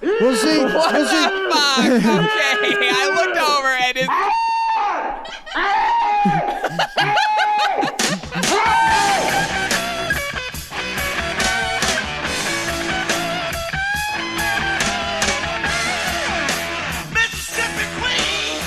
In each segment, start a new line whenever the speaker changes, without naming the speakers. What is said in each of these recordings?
We'll see. we'll see.
Fuck. Okay. I looked over and it's.
Mississippi Queen.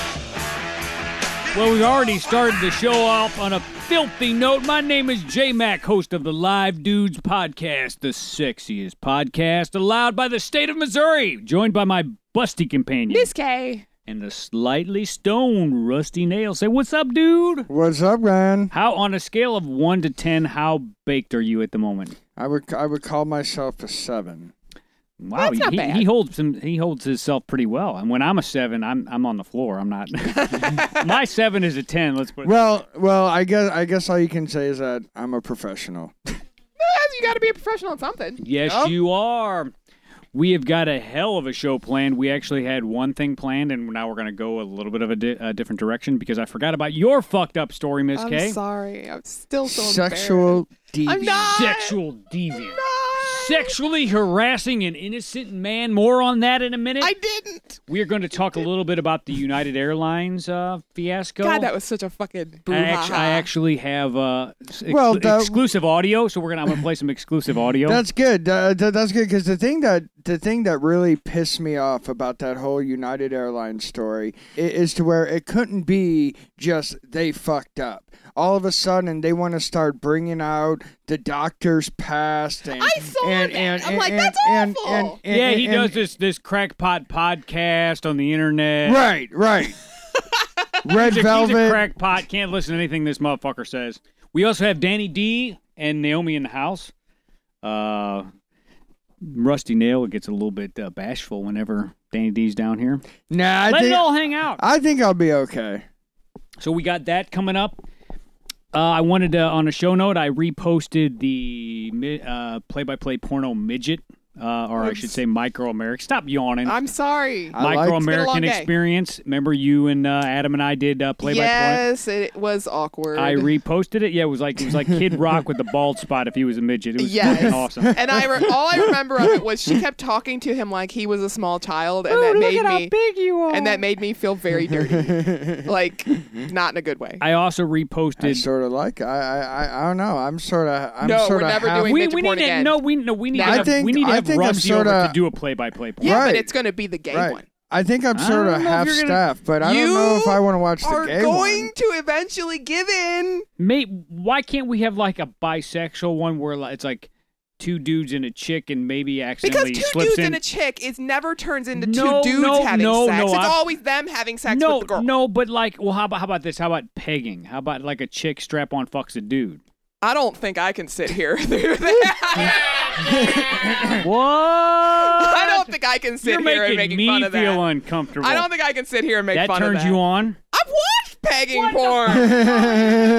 Well, we already started the show off on a filthy note. My name is J Mac, host of the Live Dudes podcast, the sexiest podcast allowed by the state of Missouri, joined by my busty companion
Miss K.
and the slightly stoned Rusty Nail. Say, what's up, dude?
What's up, Ryan?
How, on a scale of 1 to 10, how baked are you at the moment?
I would I would call myself a seven.
Wow,
That's not
he,
bad.
he holds him. He holds himself pretty well. And when I'm a seven, I'm I'm on the floor. I'm not. My seven is a ten. Let's put it.
Well, well, I guess I guess all you can say is that I'm a professional.
You got to be a professional at something.
Yes, you are. We have got a hell of a show planned. We actually had one thing planned, and now we're going to go a little bit of a, di- a different direction because I forgot about your fucked up story, Miss
I'm
K.
sorry. I'm still so
Sexual deviant.
embarrassed. I'm not.
Sexual deviant.
not.
Sexually harassing an innocent man. More on that in a minute.
I didn't.
we are going to talk a little bit about the United Airlines uh, fiasco.
God, that was such a fucking boo
I actually, I actually have uh, s- ex-
Well, the-
exclusive audio, so we're gonna I'm gonna play some exclusive audio.
That's good. Uh, th- that's good because the thing that the thing that really pissed me off about that whole United Airlines story i- is to where it couldn't be just they fucked up. All of a sudden, they want to start bringing out the doctor's past. And,
I saw
and,
that.
And,
I'm
and-
like,
and-
that's
and-
awful.
and- and-
yeah, he
and-
does this this crackpot podcast on the internet.
Right, right. Red
He's a, he's a
Velvet.
crackpot. Can't listen to anything this motherfucker says. We also have Danny D and Naomi in the house. Uh, Rusty Nail gets a little bit uh, bashful whenever Danny D's down here.
nah, I
Let
think,
it all hang out.
I think I'll be okay.
So we got that coming up. Uh, I wanted to, on a show note, I reposted the mi- uh, play-by-play porno midget, uh, or I should say micro-American. Stop yawning.
I'm sorry.
I liked-
It's
Micro-American
been a long day.
experience. Remember you and uh, Adam and I did uh, play-by-play.
yes, it was awkward.
I reposted it. Yeah, it was like it was like Kid Rock with the bald spot if he was a midget. It was
Yes.
fucking awesome.
and I re- all I remember of it was she kept talking to him like he was a small child, and that made me
big you are.
and that made me feel very dirty, like not in a good way.
I also
I
reposted.
sort of like. I, I, I- I don't know. I'm sort of. I'm
No,
sort
we're
of
never doing
we
midget
we need
porn
to
again.
no we no we need
No.
to
I
have,
think-
we need to
I
have
think I'm
Rusty over
sorta-
to do a play by play.
yeah,
Right.
but it's gonna be the gay one.
I think I'm
I
sort
don't
of
know if
half
you're gonna-
staff, but I don't
You
know if I want to watch the
Are
gay
going
one.
to eventually give in.
Mate, why can't we have like a bisexual one where like, it's like two dudes and a chick and maybe
Because
accidentally
two
slips
dudes
in?
and a chick is never turns into
No,
two dudes
no,
having
no,
sex.
no,
it's
I'm-
always them having sex
no,
with the girl.
no, but like, well, how about how about this? How about pegging? How about like a chick strap on fucks a dude?
I don't think I can sit here through that.
what?
I
I
don't think I can sit
You're
here and making
making me
fun of
feel
that.
uncomfortable.
I don't think I can sit here and make
that
fun
turns
of that.
you on.
I've watched pegging porn.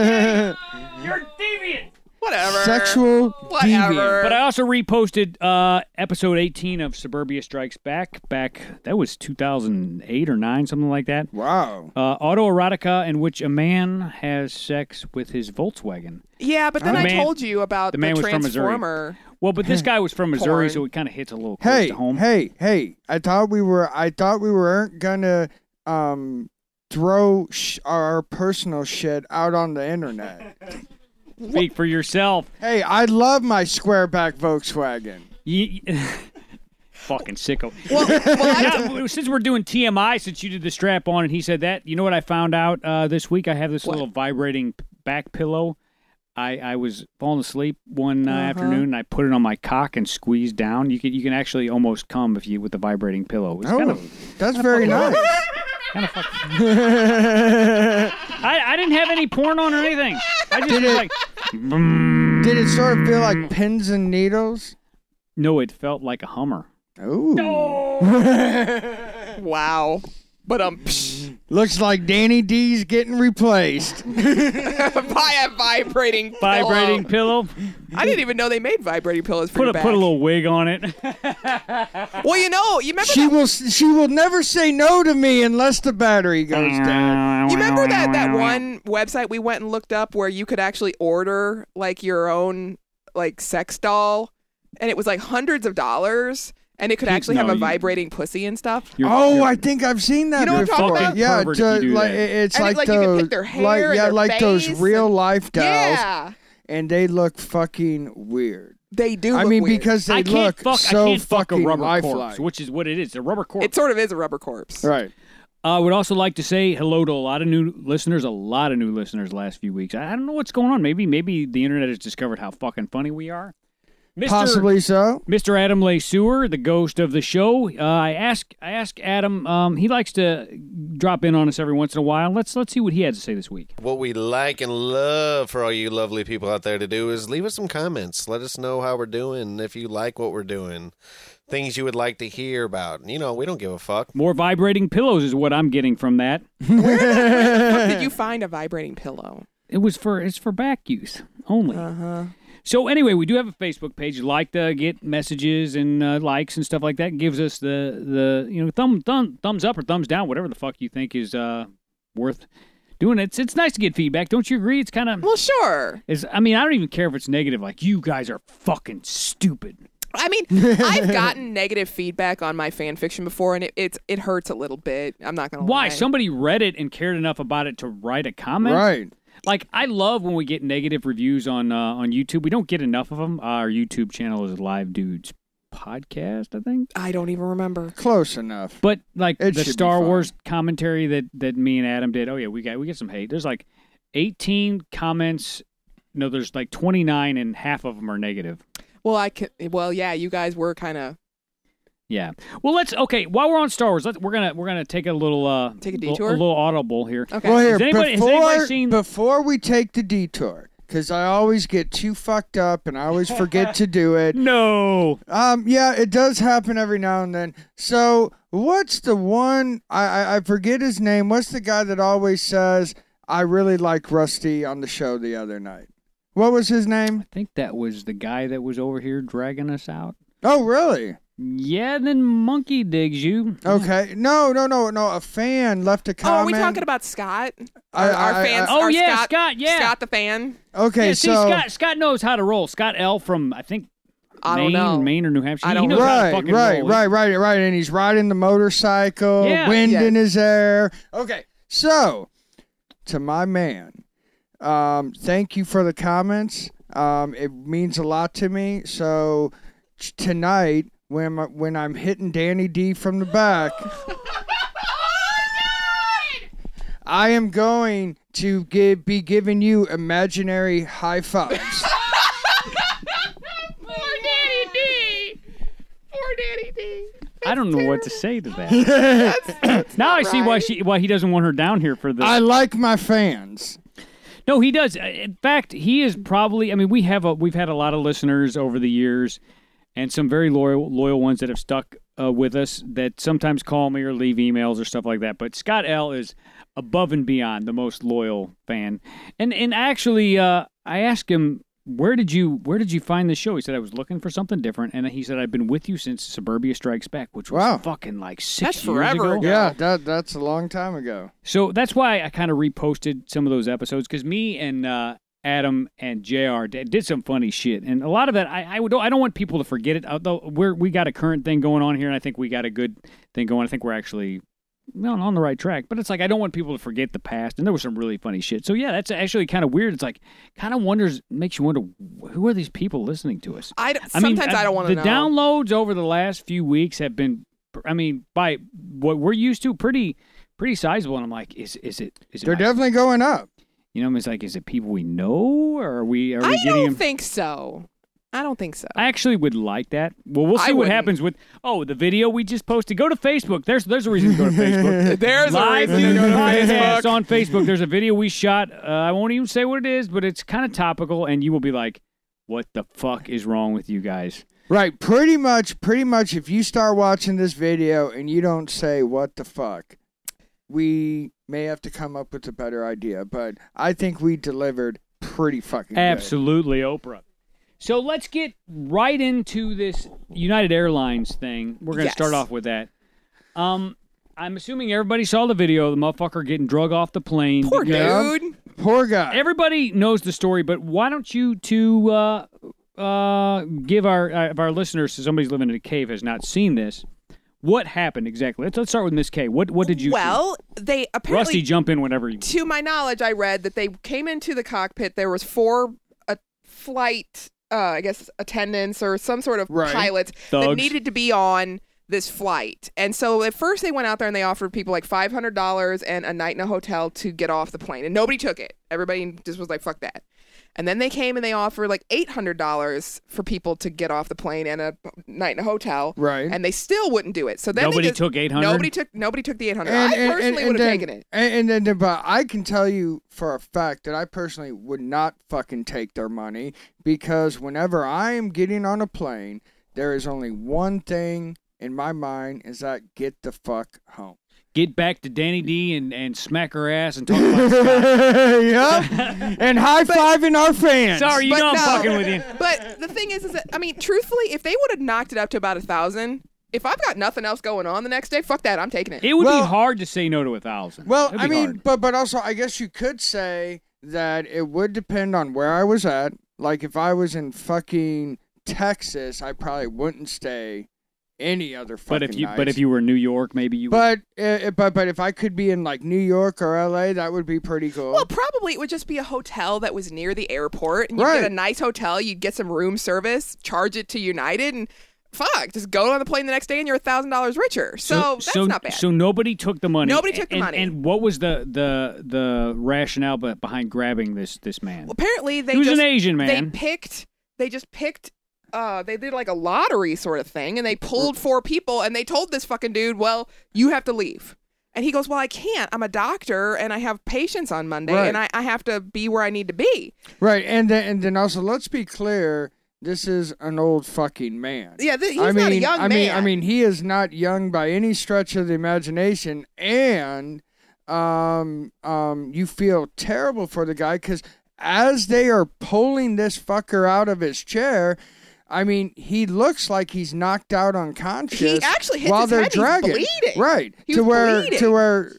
You're deviant.
Whatever.
Sexual
Whatever.
deviant.
But I also reposted uh, episode 18 of Suburbia Strikes Back. Back that was 2008 or nine, something like that.
Wow.
uh, autoerotica in which a man has sex with his Volkswagen.
Yeah, but then
The
I
man-
told you about
the man was from Missouri.
Transformer.
Well, but this guy was from Missouri,
Porn.
so it kind of hits a little close
Hey,
to home.
hey, hey! I thought we were. I thought we weren't gonna um throw sh- our personal shit out on the internet.
Speak for yourself.
hey, I love my squareback Volkswagen.
Ye- fucking sicko.
Well, well, I
Now, since we're doing TMI, since you did the strap on and he said that, you know what I found out uh, this week? I have this
What?
little vibrating p- back pillow. I, I was falling asleep one uh,
Uh-huh.
afternoon and I put it on my cock and squeezed down. You can you can actually almost come if you with the vibrating pillow. It was
Oh,
kind of
that's very nice.
I, I didn't have any porn on or anything. I just was like,
Did it sort of feel like pins and needles?
no, it felt like a Hummer.
Oh.
Ooh.
wow. But um, psh,
Looks like Danny D's getting replaced.
by a vibrating
Vibrating
pillow.
pillow.
I didn't even know they made vibrating pillows for
Put
your
a
back.
put a little wig on it.
Well, you know, you remember
She
that,
will. She will never say no to me unless the battery goes down.
you remember that that one website we went and looked up where you could actually order like your own like sex doll, and it was like hundreds of dollars, and it could actually
no,
have a
you-
vibrating pussy and stuff.
You're-
oh,
you're-
I think I've seen that
You know what I'm
before.
talking about?
Yeah,
Pervert if
to-
you do
like
that.
it- it's
And
like,
it- like, you
those,
can pick their hair
like
and
yeah,
their
like those
face
real
and-
life dolls,
Yeah,
and they look fucking weird.
they do.
I
look
mean,
weird.
because they
I can't
look
fuck.
so
I can't fuck a
fucking
rubber
lifelike.
corpse, which is what it is. A rubber corpse. Uh,
it sort of is a rubber corpse.
right.
I would also like to say hello to a lot of new listeners. A lot of new listeners last few weeks. I I don't know what's going on. Maybe maybe the internet has discovered how fucking funny we are. Mr.
Possibly so.
Mr. Adam Lesueur, the ghost of the show. Uh, I ask I ask Adam. Um, he likes to drop in on us every once in a while. Let's let's see what he had to say this week.
What we like and love for all you lovely people out there to do is leave us some comments. Let us know how we're doing, if you like what we're doing, things you would like to hear about. You know, we don't give a fuck.
More vibrating pillows is what I'm getting from that.
Fuck, Did you find a vibrating pillow?
It was for it's for back use only.
Uh
Uh-huh.
huh.
So anyway, we do have a Facebook page. Like to get messages and uh, likes and stuff like that. Gives us the the you know thumb thumb thumbs up or thumbs down, whatever the fuck you think is uh, worth doing. It's it's nice to get feedback, don't you agree? It's kind of
Well, sure.
is I mean I don't even care if it's negative. Like you guys are fucking stupid.
I mean, I've gotten negative feedback on my fan fiction before, and it it's, it hurts a little bit. I'm not gonna
Why
lie.
somebody read it and cared enough about it to write a comment?
Right.
Like I love when we get negative reviews on uh, on YouTube. We don't get enough of them. Our YouTube channel is Live Dudes Podcast, I think.
I don't even remember.
Close enough.
But like
It
the
should be
Star
fine.
Wars commentary that that me and Adam did. Oh yeah, we got we get some hate. There's like 18 comments. No, there's like 29 and half of them are negative.
Well, I can. Well, yeah, you guys were kind of
Yeah. Well, let's okay. While we're on Star Wars, let's we're gonna we're gonna take a little uh
Take a
little-
detour?
a little audible here.
okay.
Well, here
Has anybody- has
before
anybody seen-
before we take the detour, because I always get too fucked up and I always forget to do it.
No.
Um, yeah, it does happen every now and then. So, what's the one I, I I forget his name? What's the guy that always says I really like Rusty on the show the other night? What was his name?
I think that was the guy that was over here dragging us out.
Oh, really?
Yeah, then monkey digs you.
Okay. No, no, no, no. A fan left a
Oh, are we
comment.
talking about Scott?
I-
our, our
I- I-
fans.
Oh,
our
yeah,
Scott,
Scott, yeah.
Scott the fan.
Okay,
yeah, see,
so
Scott Scott knows how to roll. Scott L from I think
I don't
Maine,
know.
Maine or New Hampshire.
I
He
don't
knows how to
right,
fucking
right,
roll.
right, right, right, and he's riding the motorcycle,
Yeah.
wind
Yeah.
in his hair. Okay, so to my man, um, thank you for the comments. Um, it means a lot to me. So t- tonight, when my, when I'm hitting Danny D from the back,
Oh
I am going to give be giving you imaginary high fives.
I don't know what to say to that. now I see why she why he doesn't want her down here for this.
I like my fans.
no, he does. Uh, In fact, he is probably. I mean, we have a we've had a lot of listeners over the years, and some very loyal loyal ones that have stuck uh, with us that sometimes call me or leave emails or stuff like that. But Scott L is above and beyond the most loyal fan, and and actually, uh, I asked him. Where did you Where did you find the show? He said I was looking for something different, and he said I've been with you since Suburbia Strikes Back, which was
Wow.
fucking like six
That's
years
forever
ago.
ago.
Yeah, that that's a long time ago.
So that's why I kind of reposted some of those episodes because me and uh, Adam and Jr. did did some funny shit, and a lot of that I I, would, I don't want people to forget it. Although we're we got a current thing going on here, and I think we got a good thing going. I think we're actually on, on the right track. But it's like I don't want people to forget the past, and there was some really funny shit. So yeah, that's actually kind of weird. It's like kind of wonders makes you wonder who are these people listening to us.
I, d- sometimes I, don't want to
uh, the
know.
downloads over the last few weeks have been, I mean, by what we're used to, pretty, pretty sizable. And I'm like, is is it? Is it?
They're
my-
definitely going up.
you know, it's like, is it people we know, or are we? Are we
I
getting
don't
them?
think so. I don't think so.
I actually would like that. Well, we'll
I
see what
wouldn't.
happens with. Oh, the video we just posted. Go to Facebook. There's there's a reason to go to Facebook.
There's a
Live
reason to
Dude
go to
Podcast
Facebook.
on Facebook. There's a video we shot. Uh, I won't even say what it is, but it's kind of topical, and you will be like, "What the fuck is wrong with you guys?"
Right, pretty much, pretty much. If you start watching this video and you don't say "what the fuck," we may have to come up with a better idea. But I think we delivered pretty fucking good.
Absolutely, Oprah. So let's get right into this United Airlines thing. We're going to
Yes.
start off with that. Um, I'm assuming everybody saw the video of the motherfucker getting drug off the plane.
Poor
Yeah.
dude.
Poor guy.
Everybody knows the story, but why don't you two uh, uh, give our uh, if our listeners, so somebody's living in a cave, has not seen this. What happened exactly? Let's, let's start with Miss K. What what did you? see?
Well, they apparently
Rusty, jump in whenever you.
to my knowledge, I read that they came into the cockpit. There was four uh, flight, uh, I guess, attendants or some sort of
Right.
pilots that
Thugs.
needed to be on this flight. And so at first they went out there and they offered people like five hundred dollars and a night in a hotel to get off the plane, and nobody took it. Everybody just was like, "Fuck that." And then they came and they offered like eight hundred dollars for people to get off the plane and a night in a hotel,
Right.
And they still wouldn't do it. So then they
Nobody
just-
took 800?
Nobody took nobody took the eight hundred. I
And- and-
personally
and- and
would have
then-
taken it.
And, and then, but I can tell you for a fact that I personally would not fucking take their money because whenever I am getting on a plane, there is only one thing in my mind is that get the fuck home.
Get back to Danny D and, and smack her ass and talk about
yep. And high fiving our fans.
Sorry, you
But
know I'm
no.
fucking with you.
But the thing is, is that I mean, truthfully, if they would have knocked it up to about a thousand, if I've got nothing else going on the next day, fuck that, I'm taking it.
It would
Well-
be hard to say no to a thousand.
Well,
It'd be
I mean,
hard.
but but also, I guess you could say that it would depend on where I was at. Like if I was in fucking Texas, I probably wouldn't stay any other fucking
but if you
night.
but if you were in New York, maybe you. would.
But uh, but but if I could be in like New York or L.A., that would be pretty cool.
well, probably it would just be a hotel that was near the airport, and you
Right.
get a nice hotel, you get some room service, charge it to United, and fuck, just go on the plane the next day, and you're a thousand dollars richer. So, that's
so,
not bad.
So nobody took the money.
Nobody took the
And-
money.
And what was the the the rationale be- behind grabbing this this man?
apparently they
He was
just,
an Asian
They
man.
picked. They just picked. Uh, they did like a lottery sort of thing, and they pulled four people, and they told this fucking dude, "Well, you have to leave." And he goes, "Well, I can't. I'm a doctor, and I have patients on Monday,
Right.
and I, I have to be where I need to be."
right, and then and then also, let's be clear. This is an old fucking man.
Yeah, th- he's
I mean,
not a young
I
man.
mean, I mean, he is not young by any stretch of the imagination, and um, um, you feel terrible for the guy because as they are pulling this fucker out of his chair, I mean, he looks like he's knocked out unconscious.
He actually hits
while
his
they're
head, he's
dragging,
bleeding.
right?
He
to
was
where, to
bleeding.
where,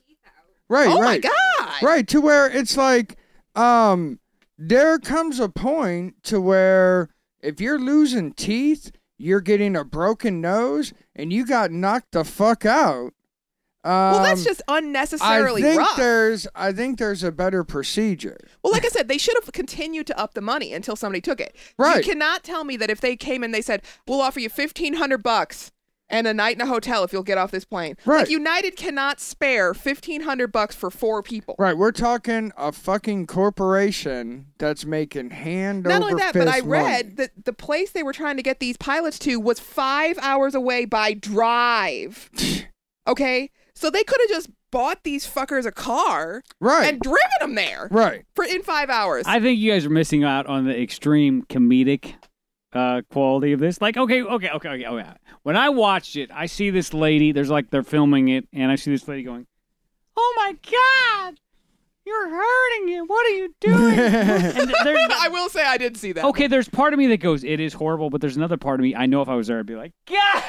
right?
oh
right,
my god!
right? To where it's like, um, there comes a point to where if you're losing teeth, you're getting a broken nose, and you got knocked the fuck out. Um,
Well, that's just
I
unnecessarily
think
rough.
there's, I think there's a better procedure.
Well, like I said, they should have continued to up the money until somebody took it.
Right.
You cannot tell me that if they came and they said, "We'll offer you fifteen hundred bucks and a night in a hotel if you'll get off this plane."
Right.
Like United cannot spare fifteen hundred bucks for four people.
Right, we're talking a fucking corporation that's making hand
Not
over
only that,
fist
but I
money.
read that the place they were trying to get these pilots to was five hours away by drive. okay, so they could have just bought these fuckers a car
Right,
and driven them there
right.
for in five hours.
I think you guys are missing out on the extreme comedic uh, quality of this. Like, okay, okay, okay, okay, okay. When I watched it, I see this lady. There's like they're filming it, and I see this lady going, "Oh my god, you're hurting it! What are you doing?" and they're,
I will say I did see that.
Okay, there's part of me that goes, it is horrible, but there's another part of me. I know if I was there, I'd be like, God!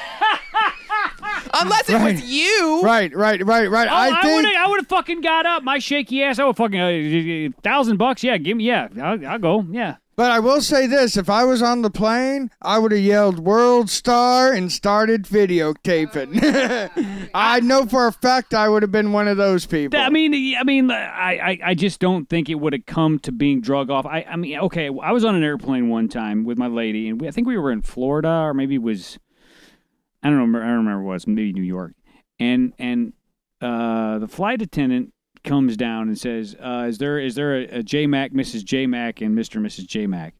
Unless it
Right.
was you.
Right, right, right, right.
Oh,
I
I,
think
would I would have fucking got up. My shaky ass. I would fucking uh, thousand bucks. Yeah, give me. Yeah, I'll, I'll go. Yeah.
But I will say this: if I was on the plane, I would have yelled "World Star" and started videotaping. I know for a fact I would have been one of those people.
That- I mean, I mean, I, I, I just don't think it would have come to being drug off. I, I mean, okay, I was on an airplane one time with my lady, and we, I think we were in Florida, or maybe it was, I don't know, I don't remember what it was, maybe New York, and and uh, the flight attendant comes down and says, uh, "Is there is there a, a J Mac, Mrs. J Mac, and Mister and Mrs. J Mac?"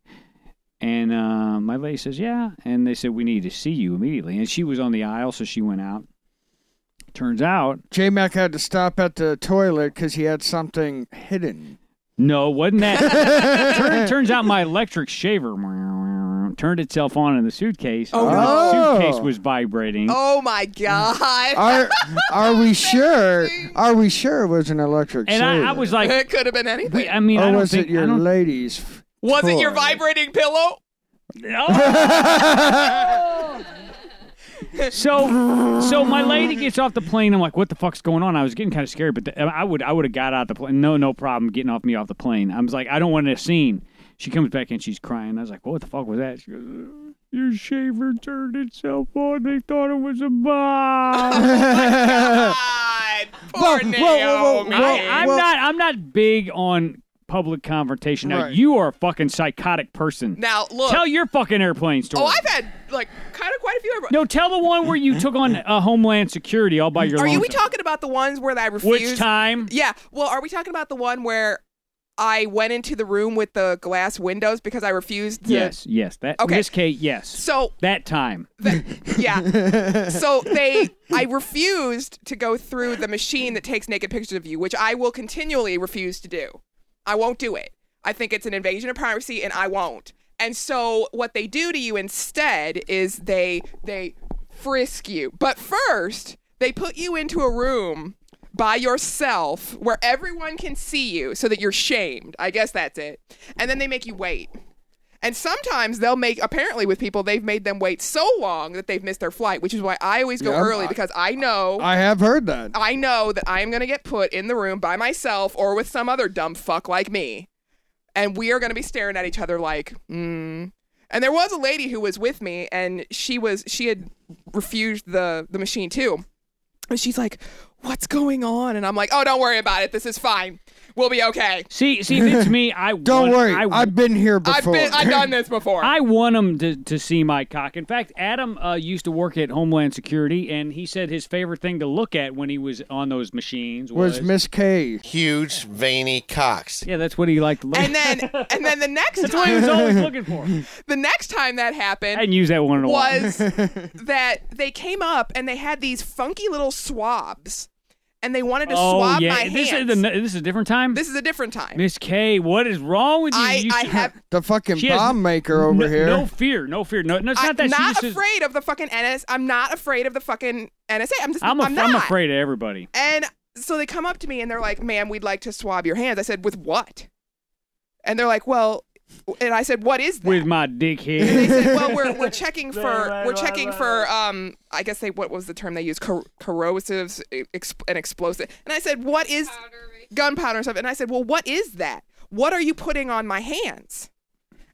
And uh, my lady says, "Yeah," and they said, "We need to see you immediately." And she was on the aisle, so she went out. Turns out
J Mac had to stop at the toilet because he had something hidden.
No, wasn't that? Turn, turns out my electric shaver turned itself on in the suitcase.
Oh,
and
no.
The suitcase was vibrating.
Oh my god.
Are Are we sure? Are we sure it was an electric?
and I, I
sailor?
was like,
it could have been anything.
we- I mean,
or
I don't
oh, was
think
it your
I don't,
lady's? f-
was it your
toy?
vibrating pillow?
Oh, so so my lady gets off the plane. I'm like, what the fuck's going on? I was getting kind of scared, but the, I would I would have got out the plane. No, no problem getting off me off the plane. I was like, I don't want a scene. She comes back and she's crying. I was like, what the fuck was that? She goes, "Uh, your shaver turned itself on. They thought it was a bomb. Uh,
God, poor
Whoa, whoa, whoa,
Naomi.
whoa, whoa.
I'm not. I'm not big on public confrontation. Now
Right.
you are a fucking psychotic person.
Now look.
Tell your fucking airplane story.
oh, I've had like kind of quite a few. airplanes.
no, tell the one where you took on uh, Homeland Security all by your
Are you, we
lonesome.
talking about the ones where I refused?
Which time?
Yeah. Well, are we talking about the one where I went into the room with the glass windows because I refused to?
Yes, yes. That
Okay.
Miss Kate, yes.
So
that time.
yeah. so they, I refused to go through the machine that takes naked pictures of you, which I will continually refuse to do. I won't do it. I think it's an invasion of privacy, and I won't. And so what they do to you instead is they they frisk you, but first they put you into a room by yourself where everyone can see you so that you're shamed. I guess that's it. And then they make you wait. And sometimes they'll make apparently with people they've made them wait so long that they've missed their flight, which is why I always go
Yeah,
early
I-
because I know
I have heard that.
I know that I am going to get put in the room by myself or with some other dumb fuck like me. And we are going to be staring at each other like, hmm. And there was a lady who was with me and she was she had refused the the machine too. And she's like, "What's going on?" And I'm like, "Oh, don't worry about it. This is fine. We'll be okay.
See, see, if it's me, I
Don't
want,
worry,
I,
I, have been here before.
I've been I've done this before."
I want them to, to see my cock. In fact, Adam uh, used to work at Homeland Security, and he said his favorite thing to look at when he was on those machines was,
was Miss K.
Huge, veiny cocks.
yeah, that's what he liked to look.
and then and then the next
that's what he was
time
always looking for.
the next time that happened
I hadn't used that one in a while.
was that they came up and they had these funky little swabs, and they wanted to
oh
swab
yeah,
my
this
hands.
is the, this is a different time.
this is a different time.
Miss K, what is wrong with you?
I,
You
I
should-
have
The fucking
She has
bomb maker over
no,
here.
No fear, no fear. No, no it's
I'm
not that she
not
just is-
afraid of the fucking NS. I'm not afraid of the fucking NSA. I'm just
I'm, a,
not.
I'm afraid of everybody.
And so they come up to me and they're like, ma'am, we'd like to swab your hands. I said, with what? And they're like, well, and I said, what is that?
With my dick
they
head.
said, well, we're, we're checking for, we're checking for, um, I guess they, what was the term they used? Cor- corrosives ex- and explosive. And I said, what is gunpowder and stuff? And I said, well, what is that? What are you putting on my hands?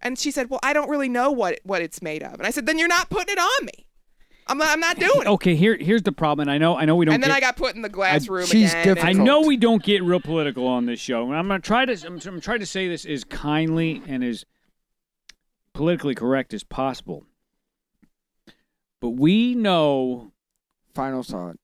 And she said, well, I don't really know what, what it's made of. And I said, then you're not putting it on me. I'm not, I'm not doing it.
okay, here here's the problem. And I know I know we Oh, don't.
and then
get-
I got put in the glass
I-
room
she's
again. and-
I
difficult.
know we don't get real political on this show, and I'm gonna try to I'm, I'm trying to say this as kindly and as politically correct as possible. But we know
Final thought.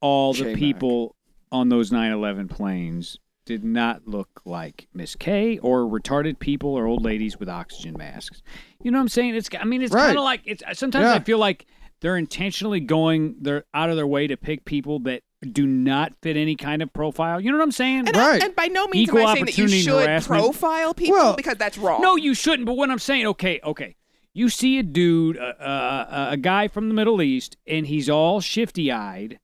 all the
J-Mac.
people on those 9/11 planes did not look like Miss K or retarded people or old ladies with oxygen masks. You know what I'm saying? It's I mean it's
Right.
kind of like it's sometimes
Yeah.
I feel like they're intentionally going they're out of their way to pick people that do not fit any kind of profile. You know what I'm saying?
and, I-
Right.
and by no means
Equal
am I saying that you
opportunity
should
harassment.
profile people
Well,
because that's wrong.
No, you shouldn't. But what I'm saying, okay, okay. You see a dude, a, a, a guy from the Middle East, and he's all shifty eyed,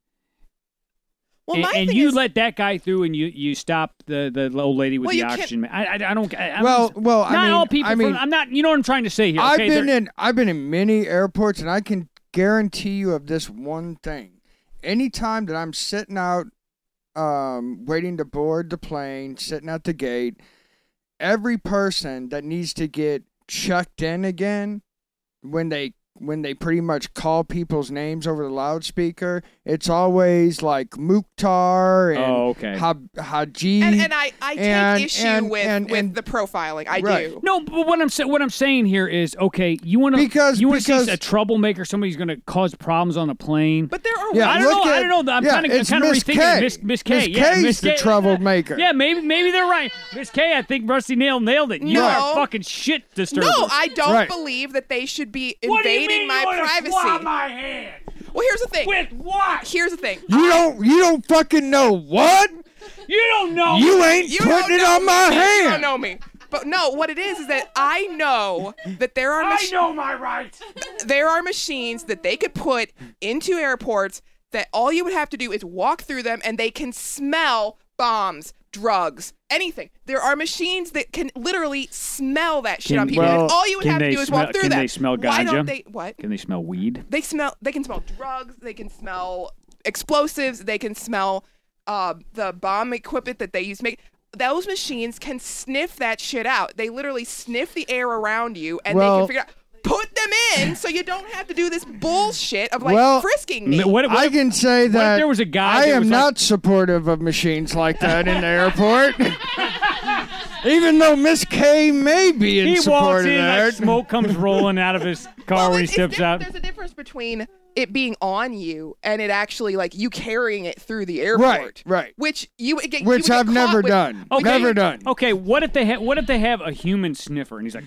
well,
and,
my
and
thing
you
is,
let that guy through, and you, you stop the, the old lady with
Well,
the
you can't-
oxygen. ma- I, I, I don't. I, I
Well,
don't,
well, I
not
mean,
all people.
I mean,
from, I'm not. You know what I'm trying to say here.
I've
okay?
been
They're-
in I've been in many airports, and I can guarantee you of this one thing: anytime that I'm sitting out, um, waiting to board the plane, sitting at the gate, every person that needs to get checked in again, when they when they pretty much call people's names over the loudspeaker, it's always like Mukhtar and
Oh, okay.
Hab- Haji.
and, and I, I take
E and-
issue
and-
with,
and-
with
and-
the profiling. I
Right.
do.
No, but what I'm saying, what I'm saying here is, okay, you want to
Because-
you want to
because-
see a troublemaker, somebody who's going to cause problems on a plane.
But there are
Yeah,
I
ways.
don't
look
know. I
at-
don't know. I'm
yeah,
kind of
it's
kind of
Miss
rethinking
K.
Miss Miss K.
Miss
yeah,
K's
Miss
the
K-
troublemaker.
Yeah, maybe maybe they're right. Miss K, I think Rusty Nail nailed it. You
No.
are a fucking shit disturber.
No, I don't
Right.
believe that they should be
what do you
invading
mean
my
you wanna swab
privacy.
my hand
well, here's the thing.
with what?
Here's the thing.
you don't you don't fucking know what
You don't know.
you ain't
You don't
putting it
know
on my
me. You don't
hand.
know me. But no, what it is is that I know that there are
I
mach-
know my rights.
there are machines that they could put into airports that all you would have to do is walk through them and they can smell bombs, drugs, anything. There are machines that can literally smell that shit
Can-
on people.
well,
and all you would
can
have to
they
do is
smell-
walk through
can
them.
they smell
Why
ganja?
don't they what?
Can they smell weed?
They smell they can smell drugs, they can smell explosives, they can smell uh, the bomb um, equipment that they use to make those machines can sniff that shit out. They literally sniff the air around you and they
Well-
can figure out put them in so you don't have to do this bullshit of like
Well-
frisking me.
What, what
I
if-
can say that
there was a guy
I
that
am
was like-
not supportive of machines like that in the airport. Even though Miss K may be in
he
support
walks
of
in, like,
that.
smoke comes rolling out of his car
Well,
when he
it's- it's
steps
different.
out.
There's a difference between it being on you and it actually like you carrying it through the airport.
Right, right.
Which you would get, you would
which
get
I've
caught
never
with-
done.
Okay.
Never done.
Okay, what if they have? What if they have a human sniffer? And he's like,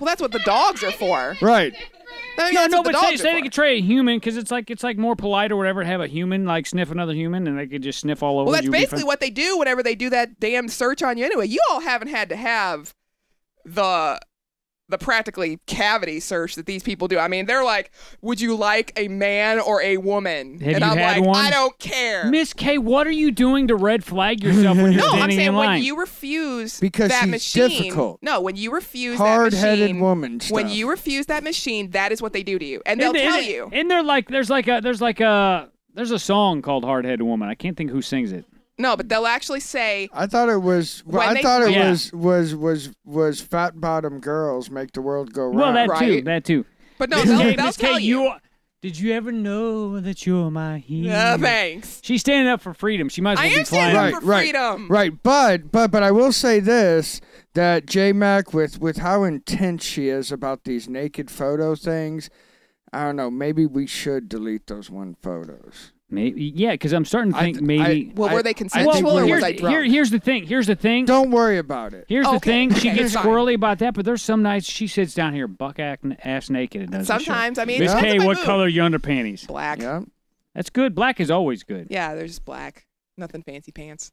Well, that's what the dogs are for.
Right.
I mean,
no,
that's
no,
what the
but say,
dogs are
say they
for.
could try a human because it's like it's like more polite or whatever. to Have a human like sniff another human, and they could just sniff all over.
Well, that's
you, it'd be
basically
fine.
what they do whenever they do that damn search on you. Anyway, you all haven't had to have the the practically cavity search that these people do. I mean, they're like, "Would you like a man or a woman?"
Have
and
you
I'm
had
like,
one?
"I don't care."
Miss K, what are you doing to red flag yourself when you're
no, I'm
standing
saying
in
when
line?
you refuse
Because
that
she's
machine.
difficult.
No, when you refuse that
Hard-headed
machine,
woman
When
stuff.
you refuse that machine, that is what they do to you, and they'll
And- and-
tell you.
And they're like, there's like a, there's like a, there's a song called Hard Headed Woman. I can't think who sings it.
no, but they'll actually say,
I thought it was. Well,
When
I
they-
thought it
Yeah.
was was was was fat bottom girls make the world go round.
Well, that too,
Right.
that too.
"But no,
Miss
they'll,
K,
they'll
Miss
tell
K, you. are- did you ever know that you're my hero?
Uh, thanks.
She's standing up for freedom. She might as
I
well be
am standing
flying.
up
right,
for
right,
freedom.
right. But but but I will say this: that J Mac, with with how intense she is about these naked photo things, I don't know. Maybe we should delete those one photos.
Maybe, yeah, because I'm starting to
I
think
th-
maybe.
I-
Well, were they
I
consensual
think
well,
or
we-
was
here's,
I drunk?
here, here's the thing. Here's the thing.
Don't worry about it.
Here's the
Okay,
thing. She
okay,
gets
fine.
squirrely about that, but there's some nights she sits down here buck act- ass naked and does this shit.
Sometimes, I mean, it
Miss
depends
K,
on my
what
mood.
color are your underpanties?
Black.
Yeah.
That's good. Black is always good.
Yeah, they're just black. Nothing fancy pants.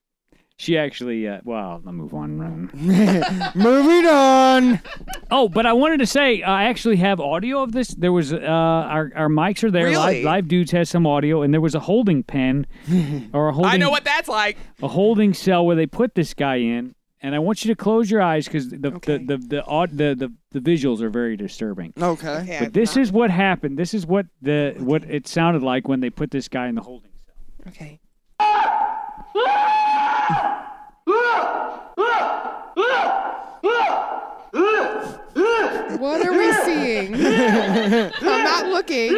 She actually, uh, well, I'll move on. Ryan.
Moving on.
Oh, but I wanted to say I actually have audio of this. There was uh, our our mics are there. Live,
Really?
live dudes has some audio, and there was a holding pen or a holding
I know what that's like.
a holding cell where they put this guy in. And I want you to close your eyes because the,
Okay.
the, the, the, au- the the the visuals are very disturbing.
Okay.
Okay,
But this is what happened. This is what the what it sounded like when they put this guy in the holding cell.
okay. What are we seeing? I'm not looking.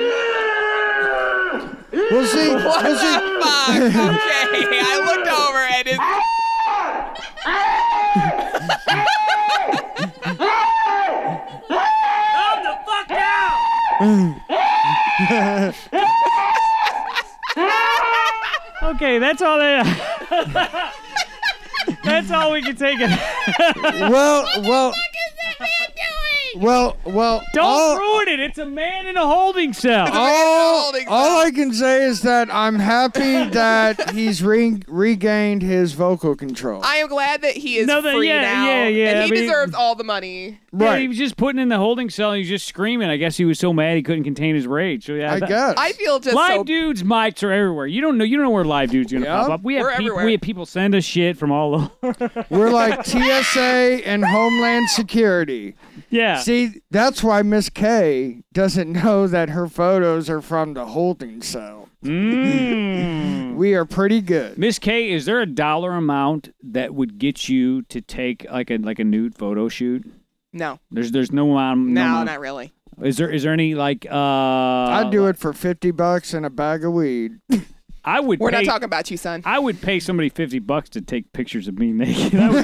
We'll see.
What the
We'll see.
fuck? Okay, I looked over and it's.
Okay, that's all that. that's all we can take. Don't
Well, well. Well, well.
Oh.
all,
ruin it. It's a man in a holding cell.
all,
holding
all
cell.
I can say is that I'm happy that he's re- regained his vocal control.
I am glad that he is
No, that-
free
yeah,
now,
yeah, yeah,
and he
I mean-
deserves all the money.
Yeah,
right.
he was just putting in the holding cell. and He was just screaming. I guess he was so mad he couldn't contain his rage. So, yeah,
I
that-
guess.
I feel just
Live
so.
dudes mics are everywhere. You don't know. You don't know where live dudes gonna
Yeah.
pop up. We have
We're
peop-
everywhere.
we have people send us shit from all over.
We're like TSA and Homeland Security.
yeah.
See, that's why Miss K doesn't know that her photos are from the holding cell.
Mm.
We are pretty good.
Miss K, is there a dollar amount that would get you to take like a like a nude photo shoot?
no,
There's there's no amount.
no,
amount.
not really.
Is there is there any like uh? I
I'd do it for 50 bucks and a bag of weed.
I would.
We're
pay,
not talking about you, son.
I would pay somebody fifty bucks to take pictures of me naked. I would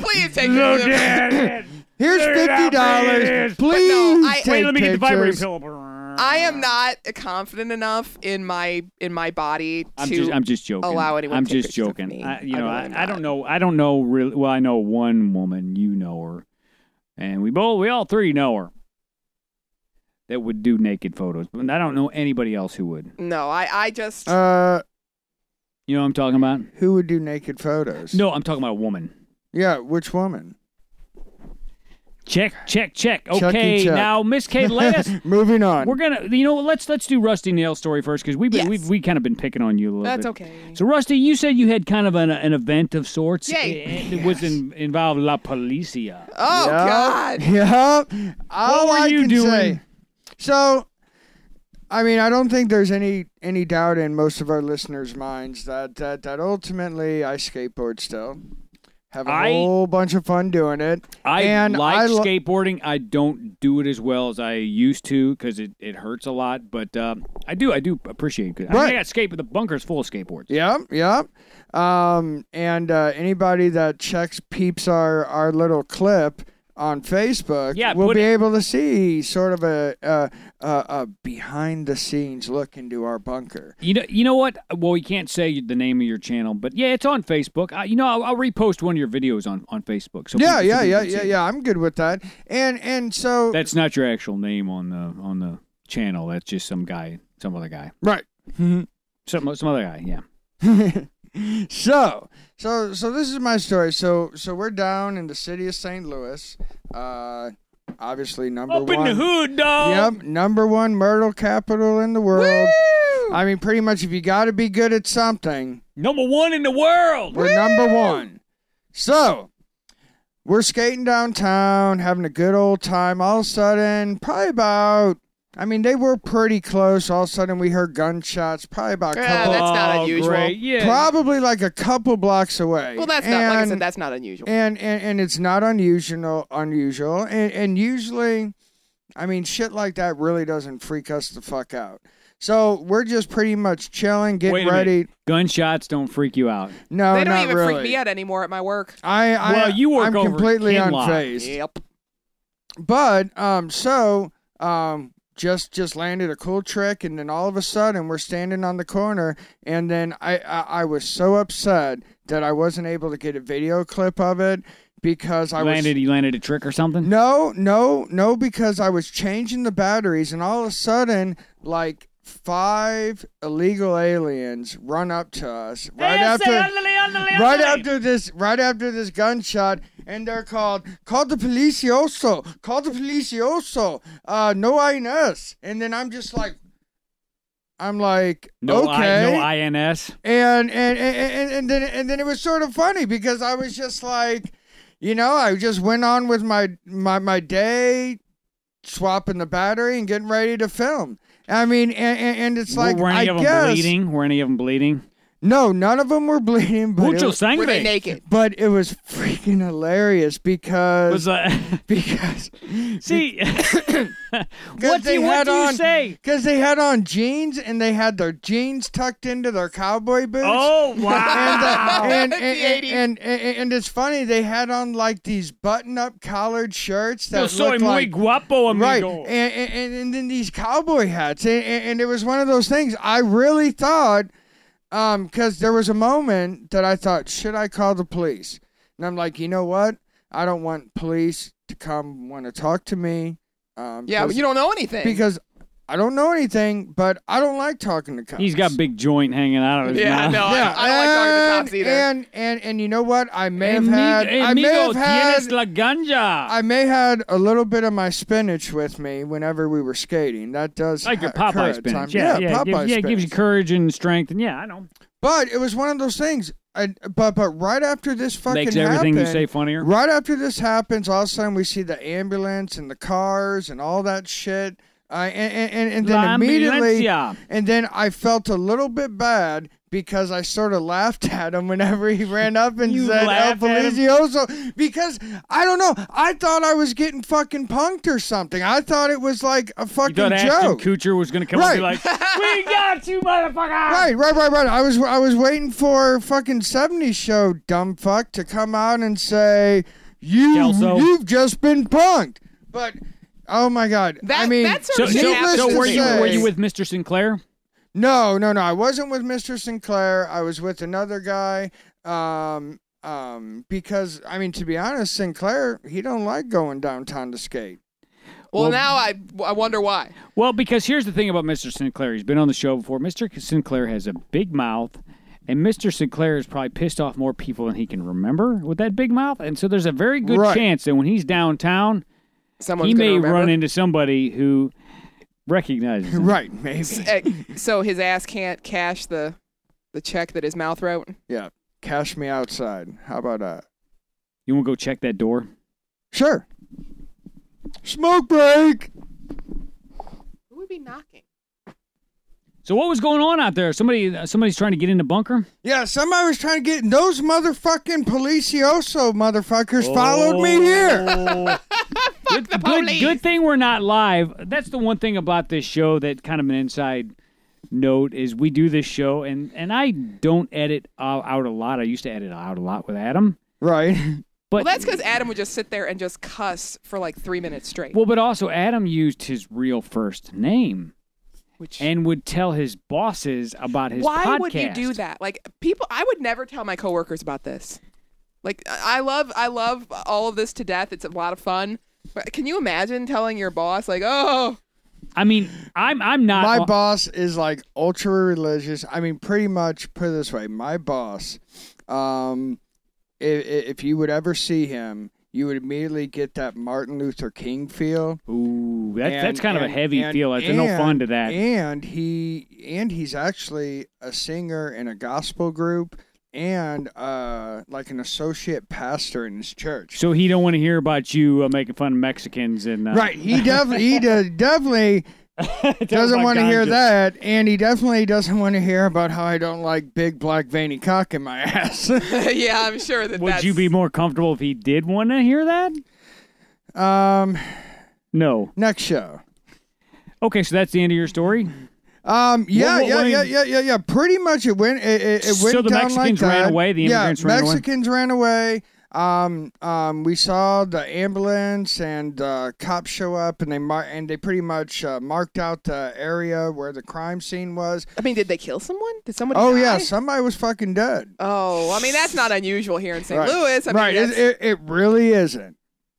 Please take
Uh, No,
it.
Dad, Dad.
Here's
There it
$50.
is.
dollars.
But no,
Please
I-
take
Wait, let me get the vibrating
pictures.
pill.
I am not confident enough in my in my body to.
I'm just, I'm just joking.
allow anyone
I'm
to take
just
pictures of
joking.
me.
I, you
I
know,
really am
I, I don't
not.
know. I don't know really. Well, I know one woman. You know her, and we both, we all three know her. That would do naked photos, but I don't know anybody else who would.
no, I I just
Uh,
You know what I'm talking about?
who would do naked photos?
No, I'm talking about a woman.
Yeah, which woman?
Check, check, check.
Chucky
Okay,
E. check.
now Miss Kate, let us.
Moving on.
We're gonna, you know, what, let's let's do Rusty Nail story first because we've been,
Yes.
we've we kind of been picking on you a little
that's
bit.
okay.
So Rusty, you said you had kind of an, an event of sorts.
Yay.
It, it was in, involved La Policia.
oh
Yup.
God.
Yup. All
were
I
you
can
doing?
say. So I mean, I don't think there's any any doubt in most of our listeners' minds that that, that ultimately I skateboard still. Have a
I-
whole bunch of fun doing it.
I
And
like
I lo-
skateboarding. I don't do it as well as I used to because it, it hurts a lot. But um, I do I do appreciate it. I, think I
Right.
got skate, but the bunker's full of skateboards.
Yep, yep. Um, and uh, anybody that checks peeps our our little clip on Facebook
Yeah,
will
put
be
it-
able to see sort of a a, a a behind the scenes look into our bunker.
You know, you know what? Well, you can't say the name of your channel, but yeah, it's on Facebook. I, you know, I'll, I'll repost one of your videos on, on Facebook. So
Yeah,
people-
yeah,
so people
yeah,
can
yeah,
see it.
yeah. I'm good with that. And and so
That's not your actual name on the on the channel. That's just some guy, some other guy,
right.
some some other guy. Yeah.
so so so this is my story. So so we're down in the city of St. Louis. Uh, obviously number
Up
one.
in the hood, dog.
Yep, number one myrtle capital in the world. I mean, pretty much if you got to be good at something,
Number one in the world.
we're number one. So we're skating downtown, having a good old time. All of a sudden, probably about. I mean, they were pretty close. All of a sudden, we heard gunshots. Probably about a
Yeah,
couple,
that's not
Oh,
unusual.
great. Yeah.
probably like a couple blocks away.
Well, that's not like I
And-
said. That's not unusual.
and and, and it's not unusual unusual and, and usually i mean shit like that really doesn't freak us the fuck out so we're just pretty much chilling getting
Wait a
ready
minute. Gunshots don't freak you out.
no
they don't
not
even
really
freak me out anymore at my work.
I, I
Well, you work
I'm
over at
completely
Kinloch.
unfazed
Yep.
but um so um just just landed a cool trick and then all of a sudden we're standing on the corner and then I, I i was so upset that i wasn't able to get a video clip of it because i
You
was
landed, you landed a trick or something.
No, no, no, because I was changing the batteries, and all of a sudden, like five illegal aliens run up to us right after. Right after this, right after this gunshot, and they're called, call the policioso, call the policioso, uh, no INS. And then I'm just like, I'm like,
No,
okay.
I, no INS.
and and, and and and then and then it was sort of funny because I was just like, you know, I just went on with my my my day, swapping the battery and getting ready to film. I mean, and, and, and it's like
were any
I
of them
guess
bleeding? Were any of them bleeding?
no, none of them were bleeding, but it,
Mucho
was,
Were they
sangre.
naked?
but it was freaking hilarious because
Was uh,
because
see what do
they
you,
had
what do you
on-
say?
because they had on jeans and they had their jeans tucked into their cowboy boots.
Oh wow!
and, uh, and, and,
It's the
and,
80s.
and, and- and it's funny they had on like these button-up collared shirts
Yo
that
soy
looked
muy
like
guapo,
right,
amigo.
and, and, and- and then these cowboy hats, and, and, and it was one of those things. I really thought, um, because there was a moment that I thought, should I call the police? And I'm like, you know what? I don't want police to come want to talk to me. Um,
Yeah, but
because-
you don't know anything.
because I don't know anything, but I don't like talking to cops.
He's got big joint hanging out of his
yeah,
mouth.
no, I- I, don't like talking to
and-
cops either.
And and and you know what? I may have
Ami-
had I may
amigo,
have had
tienes la ganja.
I may had a little bit of my spinach with me whenever we were skating. That does
like your
ha- occur
Popeye
at
spinach.
times. yeah,
Yeah, yeah, it
Popeye
gives- yeah, it gives you
spinach.
courage and strength. And yeah, I know.
But it was one of those things. I, but but right after this fucking
Makes everything you
happened,
say funnier.
Right after this happens, all of a sudden we see the ambulance and the cars and all that shit. Uh, and, and, and, and then
La
immediately,
ambulancia.
and then I felt a little bit bad because I sort of laughed at him whenever he ran up and
You
said El
laughed at him?
Polizioso. Because I don't know, I thought I was getting fucking punked or something. I thought it was like a
You
fucking
thought Ashton
joke.
Kutcher was going to come up and be
Right.
like, "We got you, motherfucker!"
Right, right, right, right. I was I was waiting for fucking 70s show dumb fuck to come out and say you
Kelso.
you've just been punked. But oh my god.
That-
I mean
that sort
So,
of
so,
shit
needless
happens
so
to
were you
say,
were you with Mr. Sinclair?
No, no, no. I wasn't with Mr. Sinclair. I was with another guy um um because I mean to be honest, Sinclair, he don't like going downtown to skate.
well,
Well-
now I I wonder why.
Well, because here's the thing about Mr. Sinclair. He's been on the show before. Mr. Sinclair has a big mouth, and Mr. Sinclair has probably pissed off more people than he can remember with that big mouth. And so there's a very good
Right.
chance that when he's downtown,
Someone's
he
gonna
may
remember.
run into somebody who recognizes him.
Right, maybe.
Eh, so his ass can't cash the the check that his mouth wrote.
Yeah. Cash me outside. How about that?
You want to go check that door?
Sure. Smoke break.
Who would be knocking?
So what was going on out there? Somebody, uh, somebody's trying to get in the bunker.
Yeah, somebody was trying to get those motherfucking policioso motherfuckers followed
Oh.
me here.
Good, good, good thing we're not live. That's the one thing about this show that kind of an inside note is we do this show and and I don't edit uh, out a lot. I used to edit out a lot with Adam,
Right.
but
Well, that's because Adam would just sit there and just cuss for like three minutes straight.
well, but also Adam used his real first name
Which
and would tell his bosses about his
why
podcast.
would you do that? Like people, I would never tell my coworkers about this. Like I I love, I love all of this to death. It's a lot of fun. But can you imagine telling your boss like, oh,
I mean, I'm I'm not
My
on-
boss is like ultra religious. I mean, pretty much put it this way: my boss, um, if, if you would ever see him, you would immediately get that Martin Luther King feel.
Ooh, that,
And-
that's kind of
and-
a heavy
and-
feel. There's no fun
and-
to that.
And he and he's actually a singer in a gospel group and uh, like an associate pastor in his church.
so he don't want to hear about you uh, making fun of Mexicans and uh,
Right, he definitely he de- definitely doesn't
my
want to hear
ganja.
that, and he definitely doesn't want to hear about how I don't like big black veiny cock in my ass.
yeah, I'm sure that.
Would
that's,
you be more comfortable if he did want to hear that?
um,
No.
next show.
Okay, so that's the end of your story.
Um, yeah,
what-
yeah,
what-
yeah, yeah, yeah, yeah. Pretty much, it went. It, it, it
So
went
the
down
Mexicans
like
ran
that.
away, the immigrants
yeah,
ran away?
Mexicans ran away. Um, um, we saw the ambulance and uh, cops show up, and they mar- and they pretty much uh, marked out the area where the crime scene was.
I mean, did they kill someone? Did someone?
Oh
die?
yeah, somebody was fucking dead.
Oh, I mean, that's not unusual here in St.
Right.
Louis. I mean,
right. It,
that's-
it, it really isn't.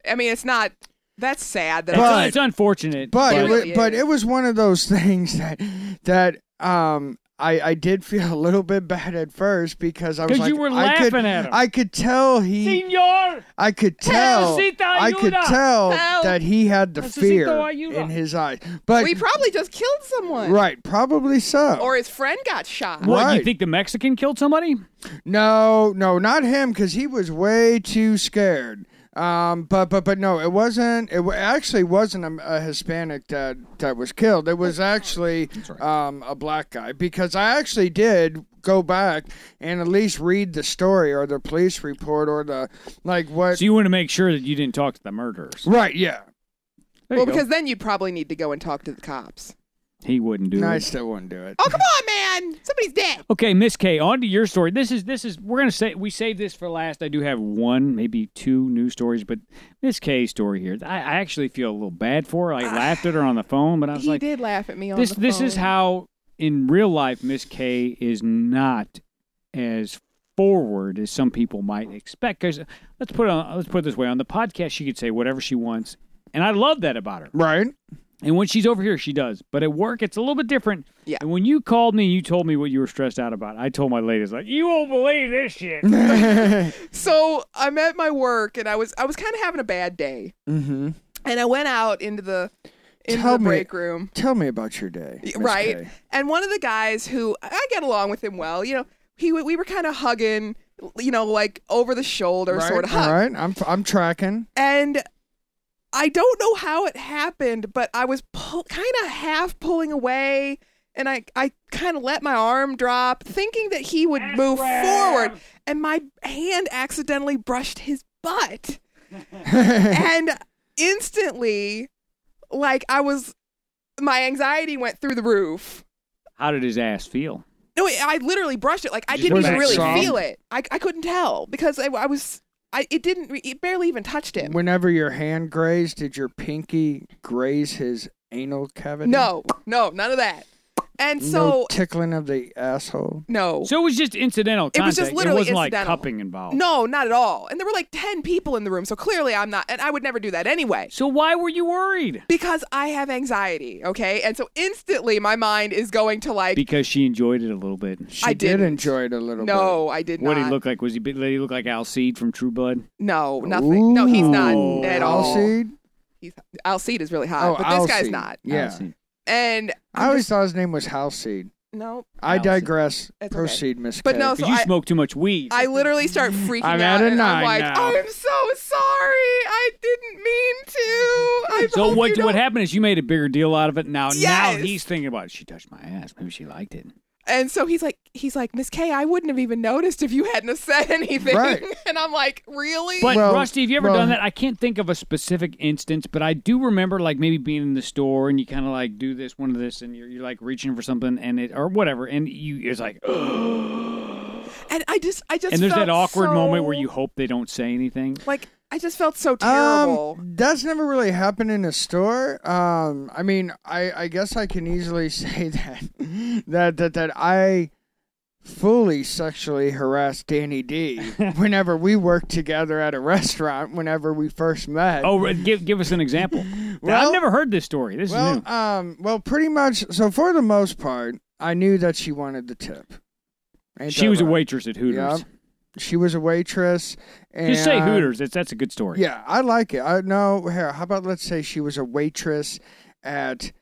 I mean, it's not. That's sad. That
It's,
But-
it's unfortunate.
But it,
It
wa-
really
but
is.
it was one of those things that that um I, I did feel a little bit bad at first because I was
'Cause
like
you were
I could,
laughing at him.
I could tell he
Senor!
I could tell
Necesito
I could
ayuda.
tell
Help.
that he had the
Necesito
fear
ayuda.
in his eyes. But
we probably just killed someone,
right, probably so.
Or his friend got shot.
What, you
Right.
think the Mexican killed somebody?
No, no, not him, because he was way too scared. Um, but but but no, it wasn't. It wa- actually wasn't a, a Hispanic that that was killed. It was actually um, a black guy because I actually did go back and at least read the story or the police report or the like what.
So you want to make sure that you didn't talk to the murderers.
right? Yeah.
There
Well,
you go.
because then you'd probably need to go and talk to the cops.
he wouldn't do
No, I
it.
still wouldn't do it.
Oh, come on, man! Somebody's dead.
Okay, Miss K, on to your story. This is this is we're gonna say we saved this for last. I do have one, maybe two news stories, but Miss K's story here. I, I actually feel a little bad for her. I laughed at her on the phone, but I was
He
like,
did laugh at me on
this
the
this is
phone.
how in real life Miss K is not as forward as some people might expect. Because let's put it on let's put it this way: on the podcast, she could say whatever she wants, and I love that about her.
Right.
And when she's over here, she does. But at work, it's a little bit different.
Yeah.
And when you called me, and you told me what you were stressed out about. I told my ladies like, you won't believe this shit.
So I'm at my work, and I was I was kind of having a bad day,
Mm-hmm.
and I went out into the into
Tell
the
me.
break room.
Tell me about your day. Miss
right?
Kay.
And one of the guys who I get along with him well, you know, he we were kind of hugging, you know, like over the shoulder
Right.
sort of hug.
All right. I'm I'm tracking.
And I don't know how it happened, but I was pull, kind of half pulling away and I I kind of let my arm drop thinking that he would move forward and my hand accidentally brushed his butt. and instantly like I was my anxiety went through the roof.
How did his ass feel?
No, it- I literally brushed it. Like I
Just
didn't
was
even
it
really
soft?
feel it. I, I couldn't tell because I, I was. I it didn't. re- It barely even touched him.
Whenever your hand grazed, did your pinky graze his anal cavity?
No, no, none of that. And
No
so
tickling of the asshole.
no,
So it was just incidental
It
contact.
was just literally
wasn't like
incidental.
cupping involved.
no, not at all. And there were like ten people in the room, so clearly I'm not. And I would never do that anyway
So why were you worried?
because I have anxiety. Okay, and so instantly my mind is going to like.
Because she enjoyed it a little bit.
She
I
did
didn't.
enjoy it a little
no, I did
What
not.
did he look like? Was he did he look like Alcide from True Blood?
No,
bit.
nothing. no, he's not
Ooh.
at all.
Alcide?
He's, Alcide is really hot,
Oh,
but this guy's
Alcide.
not.
Yeah.
Alcide.
And
I always thought his name was Halseed.
no.
I
Allison.
digress.
It's okay.
Proceed, Miss.
But
K.
no, so
Because you
I-
smoke too much weed.
I literally start freaking
I'm
out.
at a
and
nine
I'm like,
now.
I'm so sorry. I didn't mean to. I
so
hope
what
you
what
don't-"
happened is you made a bigger deal out of it. Now now
Yes.
he's thinking about it. she touched my ass. Maybe she liked it.
And so he's like, he's like, Miss K, I wouldn't have even noticed if you hadn't have said anything.
Right.
And I'm like, really?
But
Well,
Rusty, have you ever
well-
done that? I can't think of a specific instance, but I do remember like maybe being in the store and you kind of like do this, one of this, and you're, you're like reaching for something and it or whatever, and you it's like
and I just, I just,
and there's that
felt
awkward
so-
moment where you hope they don't say anything.
like, I just felt so terrible.
Um, that's never really happened in a store. Um, I mean, I, I guess I can easily say that that that that I fully sexually harassed Danny D whenever we worked together at a restaurant. Whenever we first met.
Oh, re- give give us an example. I've
Well-
never heard this story. This is
well,
new.
um, well, pretty much. So for the most part, I knew that she wanted the tip. Ain't
She
that
was a
right?
waitress at Hooters.
She was a waitress. And
Just say Hooters. That's that's a good story.
Yeah, I like it. I no here. How about let's say she was a waitress at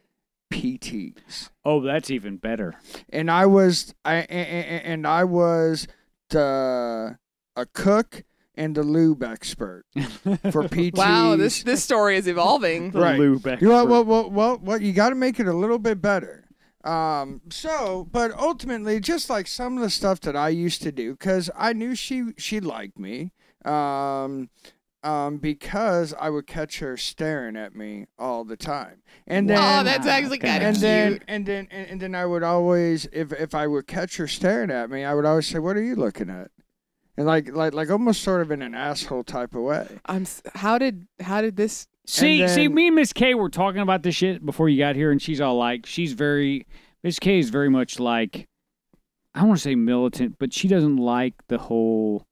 PT's,
Oh, that's even better.
and I was I a- a- a- and I was the a cook and the lube expert for PT's.
wow, this this story is evolving.
The
Right.
lube expert.
You know, well, well, well, well, you got to make it a little bit better. Um, so, but ultimately, just like some of the stuff that I used to do, because I knew she she liked me, um, um, because I would catch her staring at me all the time, and then
Wow,
oh, that's actually kind
and
of
then
cute.
and then and, and then I would always if if I would catch her staring at me, I would always say, "What are you looking at?" And like like like almost sort of in an asshole type of way.
I'm. s- How did how did this?
See,
And
see,
then-
me and Miss K were talking about this shit before you got here, and she's all like, she's very, Miss K is very much like, I don't want to say militant, but she doesn't like the whole,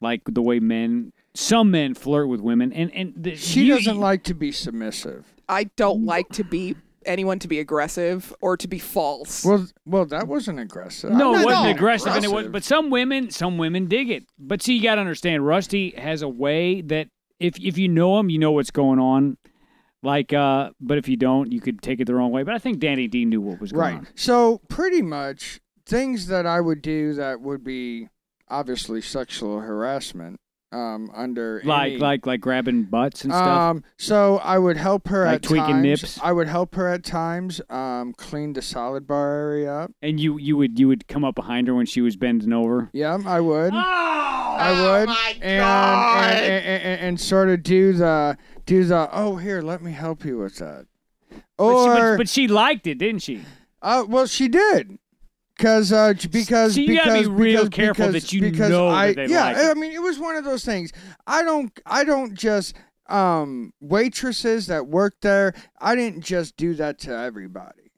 like the way men, some men flirt with women, and and the,
She
you- e-
doesn't like to be submissive.
I don't like to be anyone to be aggressive or to be false.
Well, well, that wasn't aggressive.
No,
No,
it
no,
wasn't
no.
aggressive, and it was. But some women, some women dig it. But see, you got to understand, Rusty has a way that if if you know him, you know what's going on. Like, uh, but if you don't, you could take it the wrong way. But I think Danny D knew what was going
right.
on.
So pretty much things that I would do that would be obviously sexual harassment um, under
like
any-
like like grabbing butts and stuff.
Um, so I would help her
Like
at
tweaking
times.
nips?
I would help her at times um, clean the salad bar area up.
and you you would you would come up behind her when she was bending over.
Yeah, I would. I would. and, and, and, and, and sort of do the do the oh here let me help you with that.
But she,
Or
but, but she liked it, didn't she?
Uh, well, she did. Cause, uh, j- because
so you
because
gotta be real
because,
careful
because,
that you
because
know
I,
that they
yeah
like
I
it.
mean it was one of those things I don't I don't just um waitresses that work there I didn't just do that to everybody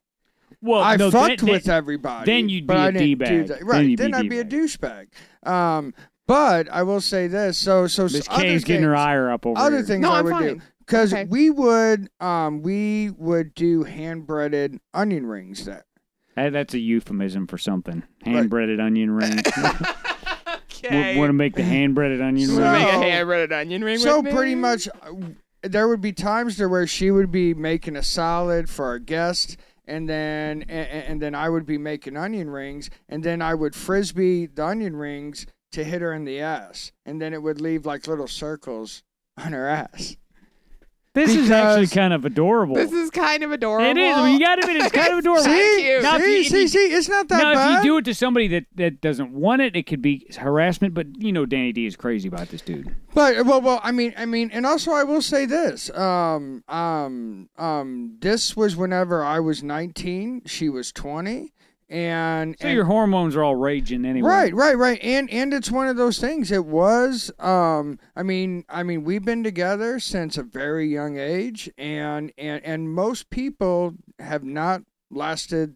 Well,
I
no,
fucked
then-
with
then-
everybody
then you'd
but
be
I
a
didn't do
D-bag.
that.
Then
right
you'd be
then
a
I'd be a douchebag um but I will say this so so
Miss
other
K's getting her
things-
ire up over
other
here.
things
No,
I
I'm
would do
fine.
because
Okay.
we would um we would do hand breaded onion rings there.
That- that's a euphemism for something. Hand breaded onion ring.
okay.
Want to make the hand breaded onion
So-
ring?
make a hand-breaded onion ring
So
with me?
pretty much, uh, there would be times to where she would be making a salad for our guest, and then and, and then I would be making onion rings, and then I would frisbee the onion rings to hit her in the ass, and then it would leave like little circles on her ass.
This is actually
Because-
kind of adorable.
This is kind of adorable.
it is. I mean, you got to admit, it's kind of adorable.
Thank
See,
you.
Now, if you-
see,
if
see,
you-
see, it's not that
Now,
bad.
if you do it to somebody that, that doesn't want it, it could be harassment. But you know, Danny D is crazy about this dude.
But uh, well, well, I mean, I mean, and also I will say this. Um, um, um, this was whenever I was nineteen. She was twenty, and
So
and-
your hormones are all raging anyway.
right, right, right. And and it's one of those things. It was. Um, I mean, I mean, we've been together since a very young age, and and and most people have not lasted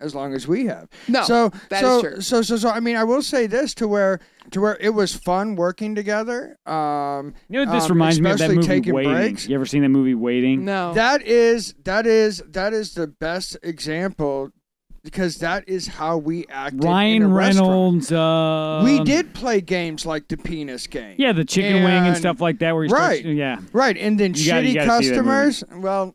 as long as we have.
No,
So
that
so,
is true.
So so so I mean I will say this to where to where it was fun working together. Um,
You know, what this
um,
reminds me of that
especially
movie
taking
Waiting.
breaks.
You ever seen that movie Waiting?
No.
That is that is that is the best example because that is how we acted. in a
Ryan
restaurant.
Reynolds. Uh,
um,
we did play games like the penis game.
Yeah, the chicken wing and
And-
stuff like that. Where you
Right.
Start, yeah.
Right, and then
You
shitty
gotta- you gotta see that movie.
customers. Well,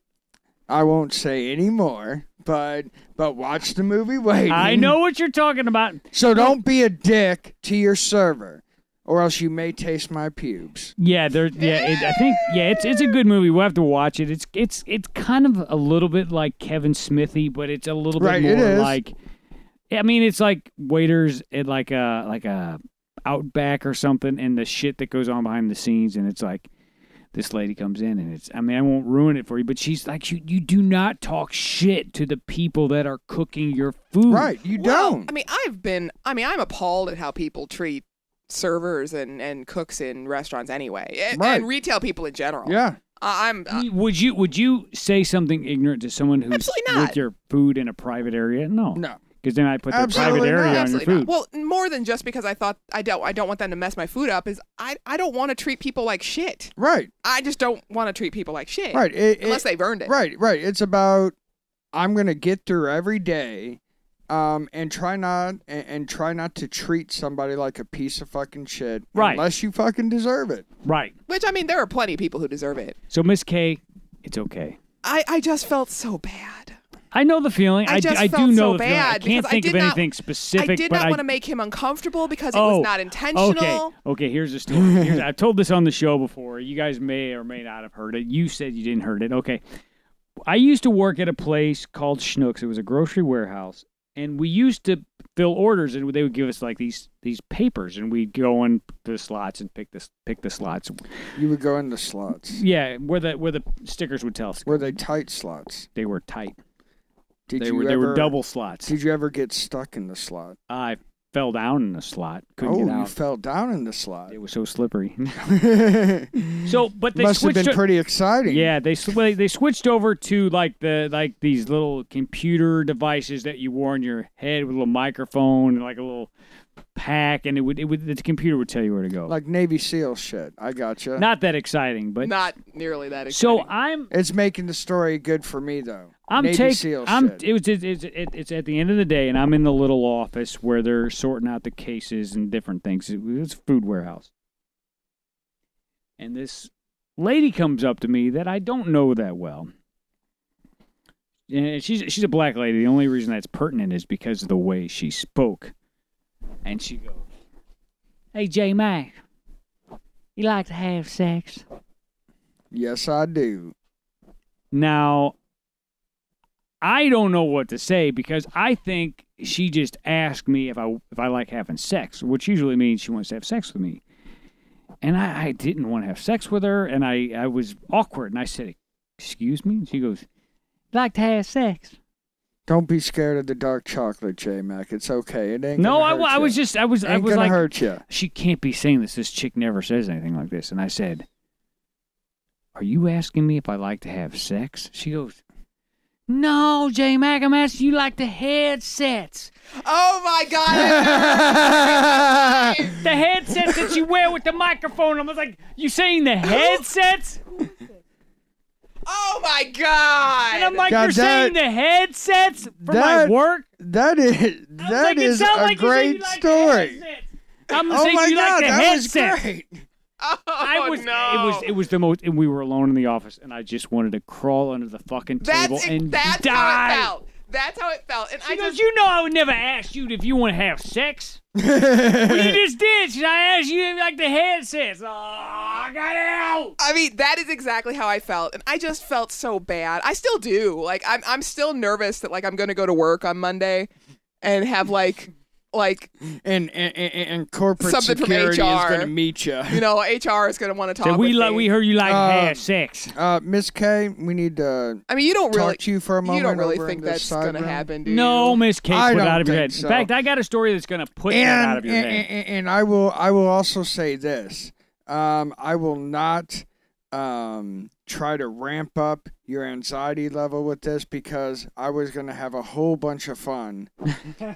I won't say any more but but watch the movie waiting.
I know what you're talking about.
So don't be a dick to your server, or else you may taste my pubes.
Yeah, there. Yeah, it, I think. Yeah, it's it's a good movie. We'll have to watch it. It's it's it's kind of a little bit like Kevin Smithy, but it's a little bit
Right,
more
it is.
like. I mean, it's like waiters at like a like a Outback or something, and the shit that goes on behind the scenes, and it's like. This lady comes in and it's I mean I won't ruin it for you but she's like you you do not talk shit to the people that are cooking your food.
Right, you
Well,
don't.
I mean, I've been. I mean, I'm appalled at how people treat servers and and cooks in restaurants anyway, and,
Right.
and retail people in general.
yeah,
I, I'm. uh, I-
Would you would you say something ignorant to someone who's
Absolutely not.
with your food in a private area? No.
no.
Because then I put their
Absolutely
private
not.
area on your
Absolutely not.
food.
Well, more than just because I thought I don't. I don't want them to mess my food up. Is I. I don't want to treat people like shit.
Right,
I just don't want to treat people like shit.
right. It, it-
Unless they've earned it.
Right, right. It's about I'm gonna get through every day, um, and try not and, and try not to treat somebody like a piece of fucking shit.
Right.
Unless you fucking deserve it.
right.
Which I mean, there are plenty of people who deserve it.
So Miss K, it's okay.
I. I just felt so bad.
I know the feeling.
I
I, do-
just
I do
felt
know
so
the feeling. I
bad
can't
because I
think of
did not-
anything specific.
I did
but
not
I,
want to make him uncomfortable because
oh,
it was not intentional.
Okay. Okay. Here's the story. Here's- I've told this on the show before. You guys may or may not have heard it. You said you didn't heard it. Okay. I used to work at a place called Schnucks. It was a grocery warehouse, and we used to fill orders, and they would give us like these these papers, and we'd go in the slots and pick this pick the slots.
You would go in the slots.
Yeah, where the where the stickers would tell us
Were they tight slots?
they were tight.
Did
they
you
were
ever,
they were double slots.
Did you ever get stuck in the slot?
I fell down in the slot. Couldn't
oh,
get
you
out.
fell down in the slot.
It was so slippery.
Must
so, but they
have
switched.
been
o-
pretty exciting.
yeah, they sw- they- they switched over to like the like these little computer devices that you wore on your head with a little microphone and like a little pack, and it would it would the computer would tell you where to go.
Like uh, Navy SEAL shit. I gotcha.
Not that exciting, but
Not nearly that. Exciting.
so I'm
it's making the story good for me though.
I'm
Navy
taking.
SEAL
I'm.
shit.
It was. It, it, it, it's at the end of the day, and I'm in the little office where they're sorting out the cases and different things. It was a food warehouse, and this lady comes up to me that I don't know that well. And she's she's a black lady. The only reason that's pertinent is because of the way she spoke. And she goes, "Hey, J Mac, you like to have sex?"
yes, I do.
Now, I don't know what to say because I think she just asked me if I if I like having sex, which usually means she wants to have sex with me. And I, I didn't want to have sex with her, and I, I was awkward, and I said, "Excuse me." And she goes, "Like to have sex?"
Don't be scared of the dark chocolate, J Mac. It's okay. It ain't.
No,
gonna
I,
hurt
I
ya.
was just, I was,
Ain't
I was
gonna
like,
hurt you.
she can't be saying this. This chick never says anything like this. And I said, Are you asking me if I like to have sex? She goes, No, J Mac, I'm asking you like the headsets.
oh my god.
The headsets that you wear with the microphone. I was like, You saying the headsets?
oh my god.
And I'm like,
God,
You're saying
that-
the headsets for my
that-
work?
That is
I was
that
like, it
is
sounds
a
like you said you
great
like the
story.
headsets. I'm
Oh
saying
my
you
god,
like the
that was
headsets.
great.
oh,
I was.
no.
It was. It was the most. And we were alone in the office, and I just wanted to crawl under the fucking table
that's
and
that's
die.
how it felt. That's how it felt. And I
She goes,
just
you know, I would never ask you if you want to have sex. well, you just did. She said, I asked you if you like the headsets. Oh, I got out.
I mean, that is exactly how I felt, and I just felt so bad. I still do. Like, I'm, I'm still nervous that like I'm going to go to work on Monday, and have like, like
And, and, and, and corporate
Something from
security is
HR.
going to meet you.
you know, HR is going to want to talk.
So we
with
like.
me.
We heard you like to
Um,
have sex.
Uh, Miss K, we need to
I mean, you don't really.
talk to you for a moment.
you don't really
over in
think
this
that's
side
going to
room.
happen, do you?
No, Miss Case,
I
put it
don't
out of your
think
head.
so.
In fact, I got a story that's going to put that
And,
out of your
and,
head.
and- and I will I will also say this. Um, I will not um, try to ramp up your anxiety level with this because I was going to have a whole bunch of fun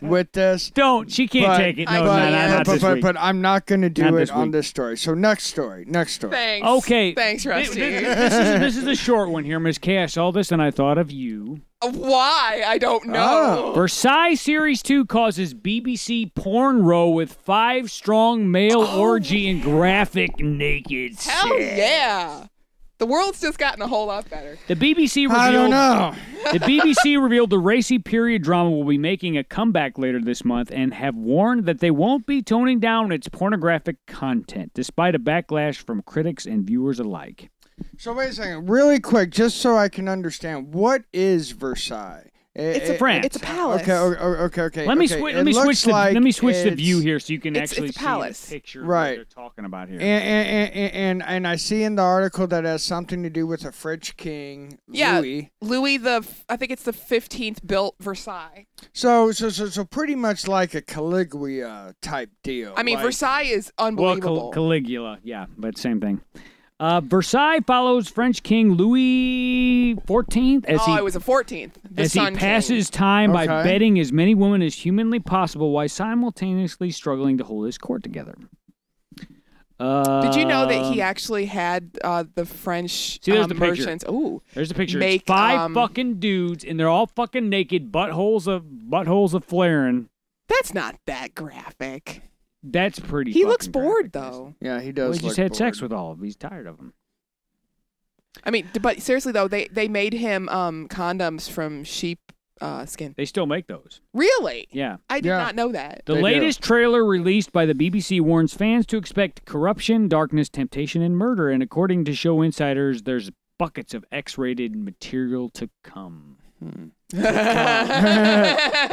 with this.
Don't. She can't
but-
take it. No,
I-
no,
but,
no, not
but,
this
but,
week.
but I'm not going to do
Not
it
this
on
week.
this story. So next story, next story.
Thanks.
Okay.
Thanks,
Thi-
Rusty.
thi- This, is, this is a short one here, Miss K. I saw this and I thought of you.
Why? I don't
Oh.
know.
Versailles Series 2 causes BBC porn row with
Oh.
five strong male orgy and graphic naked
Hell
sex.
yeah. The world's just gotten a whole lot better.
The BBC revealed
I don't know.
The BBC revealed the racy period drama will be making a comeback later this month and have warned that they won't be toning down its pornographic content, despite a backlash from critics and viewers alike.
So wait a second, really quick, just so I can understand, what is Versailles?
It's a
France.
It's a palace.
Okay, o- o- okay, okay.
Let me
okay.
swi-
It
let me
looks
switch the
like
let me switch the
it's-
view here so you can
It's- it's
actually
a palace.
see the picture
Right.
of what they're talking about here.
And and, and and and I see in the article that it has something to do with a French king,
Yeah.
Louis.
Louis the f- I think it's the 15th built Versailles.
So so so so pretty much like a Caligula type deal.
I mean
like,
Versailles is
well,
unbelievable.
Cal- Caligula, yeah, but same thing. Uh, Versailles follows French King Louis XIV as
oh,
he
it was the 14th. The
as he
Sun
passes time by
Okay.
bedding as many women as humanly possible while simultaneously struggling to hold his court together. Uh,
King. Did you know that he actually had uh, the French
um, See, there's
um,
the picture.
merchants? Ooh,
There's the picture.
make,
it's five
um,
fucking dudes, and they're all fucking naked, buttholes of buttholes of flaring.
that's not that graphic.
That's pretty.
He looks
fucking
bored
graphic, guys.
though.
Yeah, he
Well,
does.
he just
look
had sex
bored.
with all of. 'em. He's tired of them.
I mean, d- but seriously though, they they made him um, condoms from sheep uh, skin.
They still make those.
Really?
Yeah.
I did
Yeah.
not know that.
The
They do.
latest trailer released by the BBC warns fans to expect corruption, darkness, temptation, and murder. And according to show insiders, there's buckets of X rated material to come.
uh,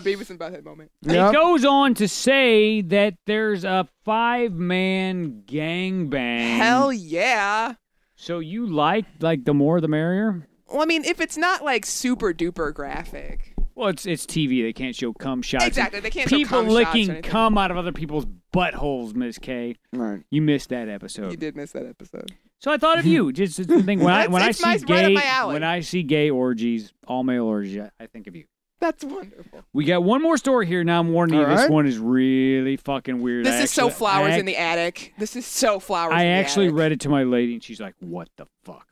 Beavis and Butthead moment.
It
Yep.
goes on to say that there's a five man gangbang.
Hell yeah.
So you like like the more the merrier?
Well, I mean, if it's not like super duper graphic,
Well, it's it's TV. They can't show cum shots.
Exactly, they can't show
People
cum shots or
licking
anything.
cum out of other people's buttholes, Miss K.
Right.
You missed that episode.
you did miss that episode.
So I thought of you. Just it's the thing when I
That's-
when I
it's
see
my- right up
gay
my alley.
when I see gay orgies, all male orgies, I- I think of you.
That's wonderful.
We got one more story here. Now I'm warning you,
All
this
right.
one is really fucking weird.
This
I
is so
actually-
flowers
I,
in the attic. This is so flowers.
I
in the
actually
attic.
read it to my lady, and she's like, "What the fuck?"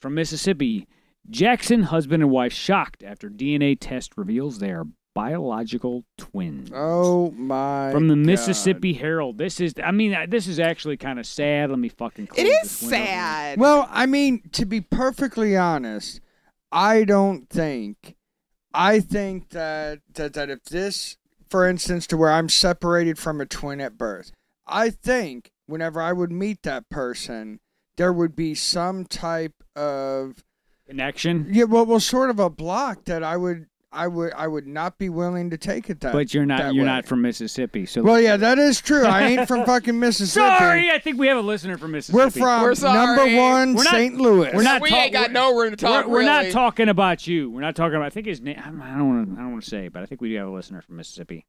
From Mississippi, Jackson husband and wife shocked after DNA test reveals they are biological twins.
Oh my.
From the
God.
Mississippi Herald. This is, I mean, uh, this is actually kind of sad. Let me fucking. Close
It is
this window here.
sad.
Well, I mean, to be perfectly honest, I don't think. I think that that, that if this, for instance, to where I'm separated from a twin at birth, I think whenever I would meet that person, there would be some type of
Connection.
yeah, well, well, sort of a block that I would, I would, I would not be willing to take it that.
But you're not
that
you're
way.
not from Mississippi, so
Well, yeah, that is true. I ain't from fucking Mississippi.
sorry. I think we have a listener from Mississippi.
We're from
We're sorry.
number one,
We're not-
St. Louis.
we're not
we
ta-
ain't got
we're-
no room to
We're,
talk.
we're not
really.
talking about you. We're not talking about. I think his name. I don't- I don't want to. I don't want to say, but I think we do have a listener from Mississippi.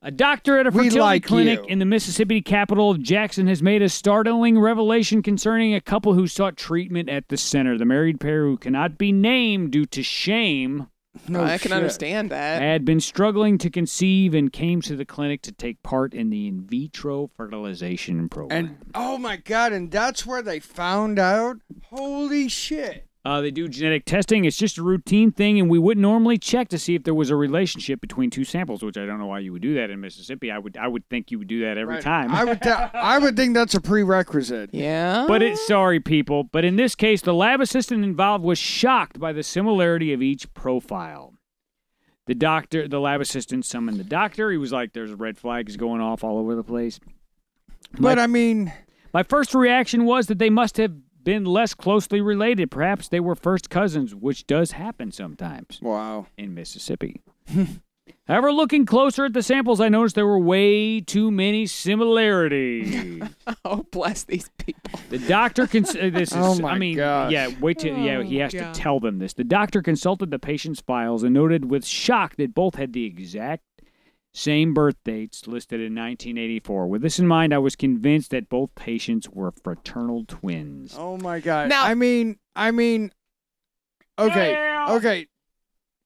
A doctor at a
We
fertility
like
clinic
you.
in the Mississippi capital of Jackson has made a startling revelation concerning a couple who sought treatment at the center. The married pair, who cannot be named due to shame,
No
I can
shit.
understand that.
had been struggling to conceive and came to the clinic to take part in the in vitro fertilization program.
And oh my god, and that's where they found out. Holy shit!
Uh, they do genetic testing. It's just a routine thing, and we would normally check to see if there was a relationship between two samples. Which I don't know why you would do that in Mississippi. I would, I would think you would do that every
Right.
time.
I would, th- I would think that's a prerequisite.
yeah.
but it's sorry, people. But in this case, the lab assistant involved was shocked by the similarity of each profile. The doctor, the lab assistant, summoned the doctor. He was like, "There's red flags going off all over the place."
But I mean,
My first reaction was that they must have been less closely related. Perhaps they were first cousins, which does happen sometimes.
wow.
in Mississippi. However, looking closer at the samples, I noticed there were way too many similarities.
oh, bless these people.
the doctor cons- uh, this is
Oh my
I mean
gosh.
yeah, wait till yeah, he
Oh,
has
God.
to tell them this. The doctor consulted the patient's files and noted with shock that both had the exact same birth dates listed in 1984. With this in mind, I was convinced that both patients were fraternal twins.
Oh my god.
Now-
I mean, I mean, okay,
Yeah.
okay.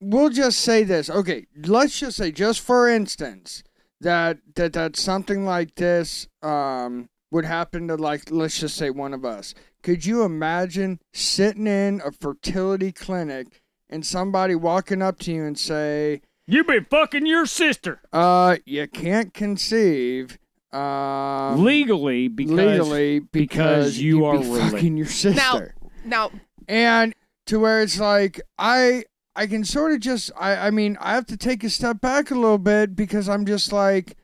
We'll just say this. Okay, let's just say, just for instance, that that that something like this um would happen to like let's just say one of us. Could you imagine sitting in a fertility clinic and somebody walking up to you and say,
You been fucking your sister.
"Uh, you can't conceive." Um,
legally because
legally
because you
you'd
are
be
related.
fucking your sister.
Now,
and to where it's like i i can sort of just i i mean i have to take a step back a little bit because i'm just like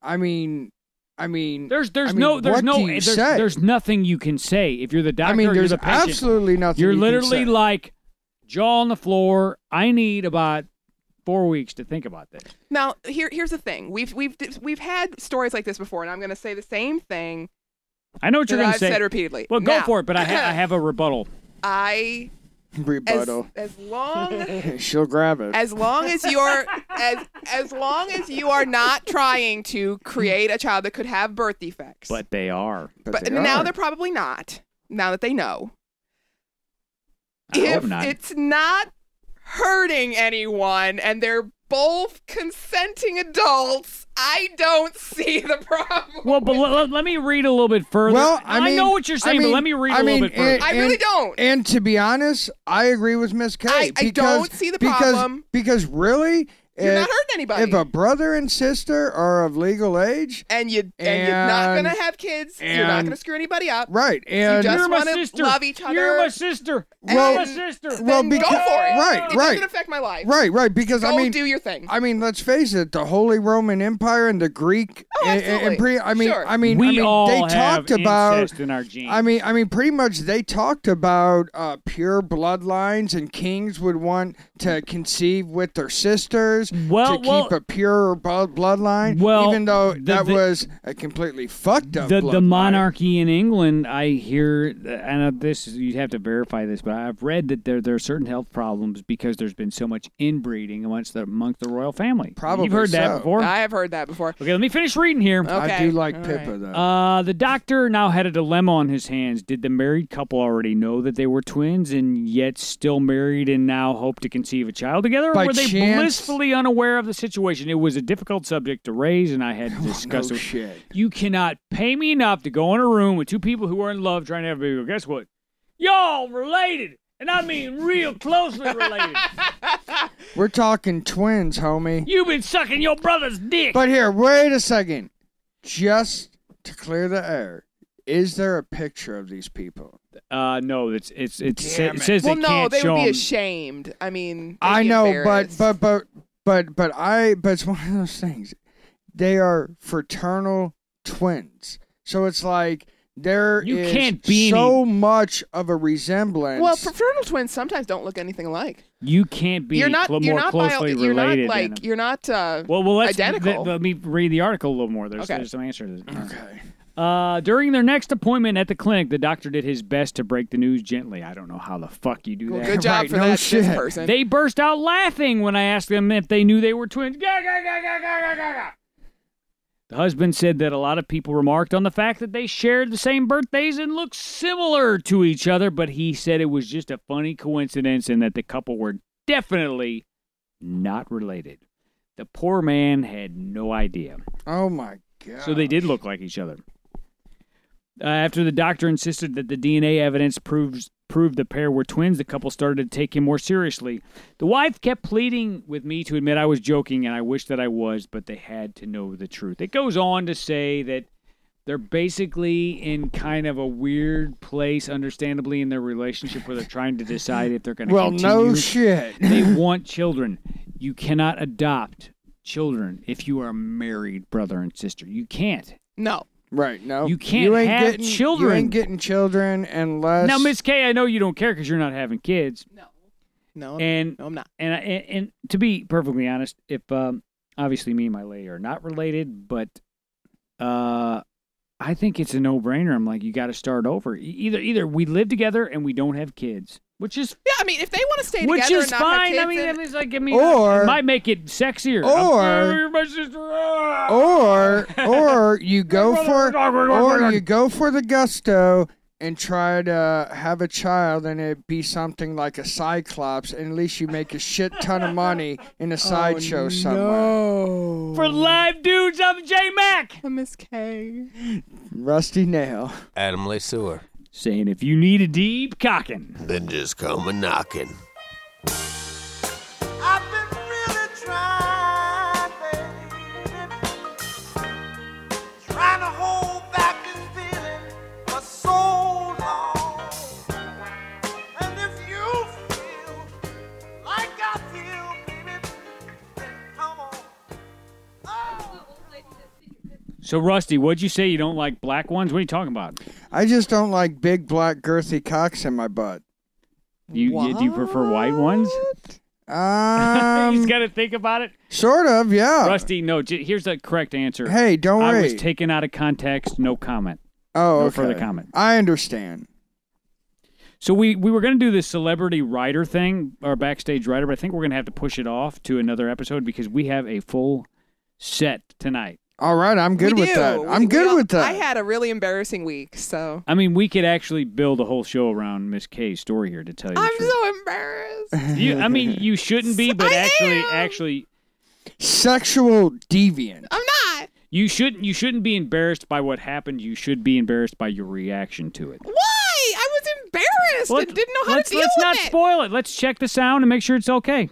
i mean i mean
there's there's
I mean,
no there's
what
no
do you
there's,
say?
there's nothing you can say if you're the doctor.
i mean
you're
there's
the patient,
absolutely nothing
You're
you can
literally
say.
like jaw on the floor. I need about four weeks to think about this.
now here here's the thing. We've we've we've had stories like this before, and I'm going to say the same thing
I know what
that
you're going to
I've
say.
said repeatedly.
well, go
Now,
for it, but I, ha- I have a rebuttal.
I as,
rebuttal
as long
she'll grab it
as long as you're as as long as you are not trying to create a child that could have birth defects.
But they are.
but
they
now
are.
they're probably not. Now that they know,
I
if
hope not.
it's not hurting anyone and they're both consenting adults, I don't see the problem.
Well, but let, let me read a little bit further.
well i, mean,
know what you're saying,
I mean,
but let me read
I
a little
mean,
bit further.
and-
I really
and-
don't.
and to be honest i agree with miss k
I- I
because,
don't see the
because-
problem.
because, really
You're
if,
not hurting anybody.
if a brother and sister are of legal age
and you and, you're not
And-
gonna have kids. you're not
and-
gonna screw anybody up.
right and
just
you're my
wanna
sister.
love each other.
You're my sister.
Well-
you're my sister.
well,
then
because-
go for it.
right,
it
right.
doesn't affect my life.
Right, right. Because
Go
I mean,
do your thing.
I mean, let's face it, the Holy Roman Empire and the Greek
Oh,
and,
absolutely.
and pre, I mean,
Sure.
I mean,
we
I mean,
all
they
have
talked about.
incest in our genes.
I mean, I mean, pretty much they talked about uh, pure bloodlines, and kings would want to conceive with their sisters
Well,
to keep
well-
a pure bu- bloodline.
Well,
even though
the-
that
the-
was a completely fucked up.
the, the
bloodline.
monarchy in England, I hear, and uh, this is- you'd have to verify this, but I've read that there there are certain health problems because there's been so much inbreeding amongst the amongst the royal family.
Probably
you've heard that
so. Oh.
before.
I have heard that before.
okay, let me finish reading here.
I
Okay,
do like
all
Pippa
right.
though.
Uh, the doctor now had a dilemma on his hands. Did the married couple already know that they were twins and yet still married and now hope to conceive a child together? Or
By
were they
chance?
blissfully unaware of the situation? It was a difficult subject to raise, and I had to discuss
Oh, no
it.
shit.
You cannot pay me enough to go in a room with two people who are in love trying to have a baby. Well, guess what? Y'all related. And I mean real closely related.
We're talking twins, homie.
You've been sucking your brother's dick.
But here, wait a second. Just to clear the air, is there a picture of these people?
uh, no, it's it's it's sa-
Damn
it
it.
says
well,
they
no,
can't
they
show
would be
'em.
ashamed. I mean, they'd
I
be
know, but
embarrassed.
but but but but I but it's one of those things. They are fraternal twins, so it's like there
You
is
can't be
so much of a resemblance.
well, fraternal twins sometimes don't look anything alike.
You can't be
you're not.
clo-
you're
more
not. bio-
closely
you're not
related.
like.
than a-
You're not. Uh,
well, well, let's
identical.
let- let me read the article a little more. There's,
Okay.
there's some answers.
okay.
Uh, during their next appointment at the clinic, the doctor did his best to break the news gently. I don't know how the fuck you do that.
good job
Right,
for
no
that this
shit.
person.
They burst out laughing when I asked them if they knew they were twins. Gah, gah, gah, gah, gah, gah, gah, gah. The husband said that a lot of people remarked on the fact that they shared the same birthdays and looked similar to each other, but he said it was just a funny coincidence and that the couple were definitely not related. The poor man had no idea.
Oh my god.
So they did look like each other. Uh, after the doctor insisted that the DNA evidence proves proved the pair were twins, the couple started to take him more seriously. The wife kept pleading with me to admit I was joking, and I wish that I was, but they had to know the truth. It goes on to say that they're basically in kind of a weird place, understandably, in their relationship where they're trying to decide if they're going to
Well,
continue
no shit.
they want children. You cannot adopt children if you are a married brother and sister. You can't.
no.
Right? No.
You can't
ain't
have
getting,
children.
You ain't getting children unless
Now, Miss K, I know you don't care because you're not having kids.
No.
And
no, I'm not.
and I- and, and to be perfectly honest, if um, obviously me and my lady are not related, but uh, I think it's a no brainer. I'm like, you got to start over. E- Either either we live together and we don't have kids, which is
Yeah, I mean, if they want to stay
which
together
is
and not
fine. I
have
mean,
kids,
I
and-
mean, it's like, I mean,
Or-
it might make it sexier.
Or-
You're my sister. Ah!
or or you go for or you go for the gusto and try to have a child and it be something like a cyclops and at least you make a shit ton of money in a sideshow somewhere
for live dudes. I'm J Mac.
Oh, Miss K.
rusty nail
Adam LeSueur.
Saying if you need a deep cocking,
Then just come a knocking.
I've been really trying, baby. Trying Oh.
So, Rusty, what'd you say? You don't like black ones? What are you talking about?
I just don't like big black girthy cocks in my butt.
You, you do you prefer white ones?
Um,
He's got to think about it.
sort of, yeah.
Rusty, no. J- here's the correct answer.
Hey, don't
I
worry.
was taken out of context. No comment.
oh,
no
okay.
further comment.
I understand.
So we we were going to do this celebrity writer thing, our backstage writer, but I think we're going to have to push it off to another episode because we have a full set tonight.
All right, I'm good
we
with
do.
that.
We-
I'm
we
good
all-
with that.
I had a really embarrassing week, so
I mean, we could actually build a whole show around Miss K's story here to tell you. the
I'm
truth.
so embarrassed.
You, I mean, you shouldn't be, but
I
actually,
am.
actually,
Sexual deviant.
I'm not.
you shouldn't. You shouldn't be embarrassed by what happened. You should be embarrassed by your reaction to it.
Why? I was embarrassed
Let-
and didn't know how
let's
to deal
let's
with
not
it.
spoil it. Let's check the sound and make sure it's okay.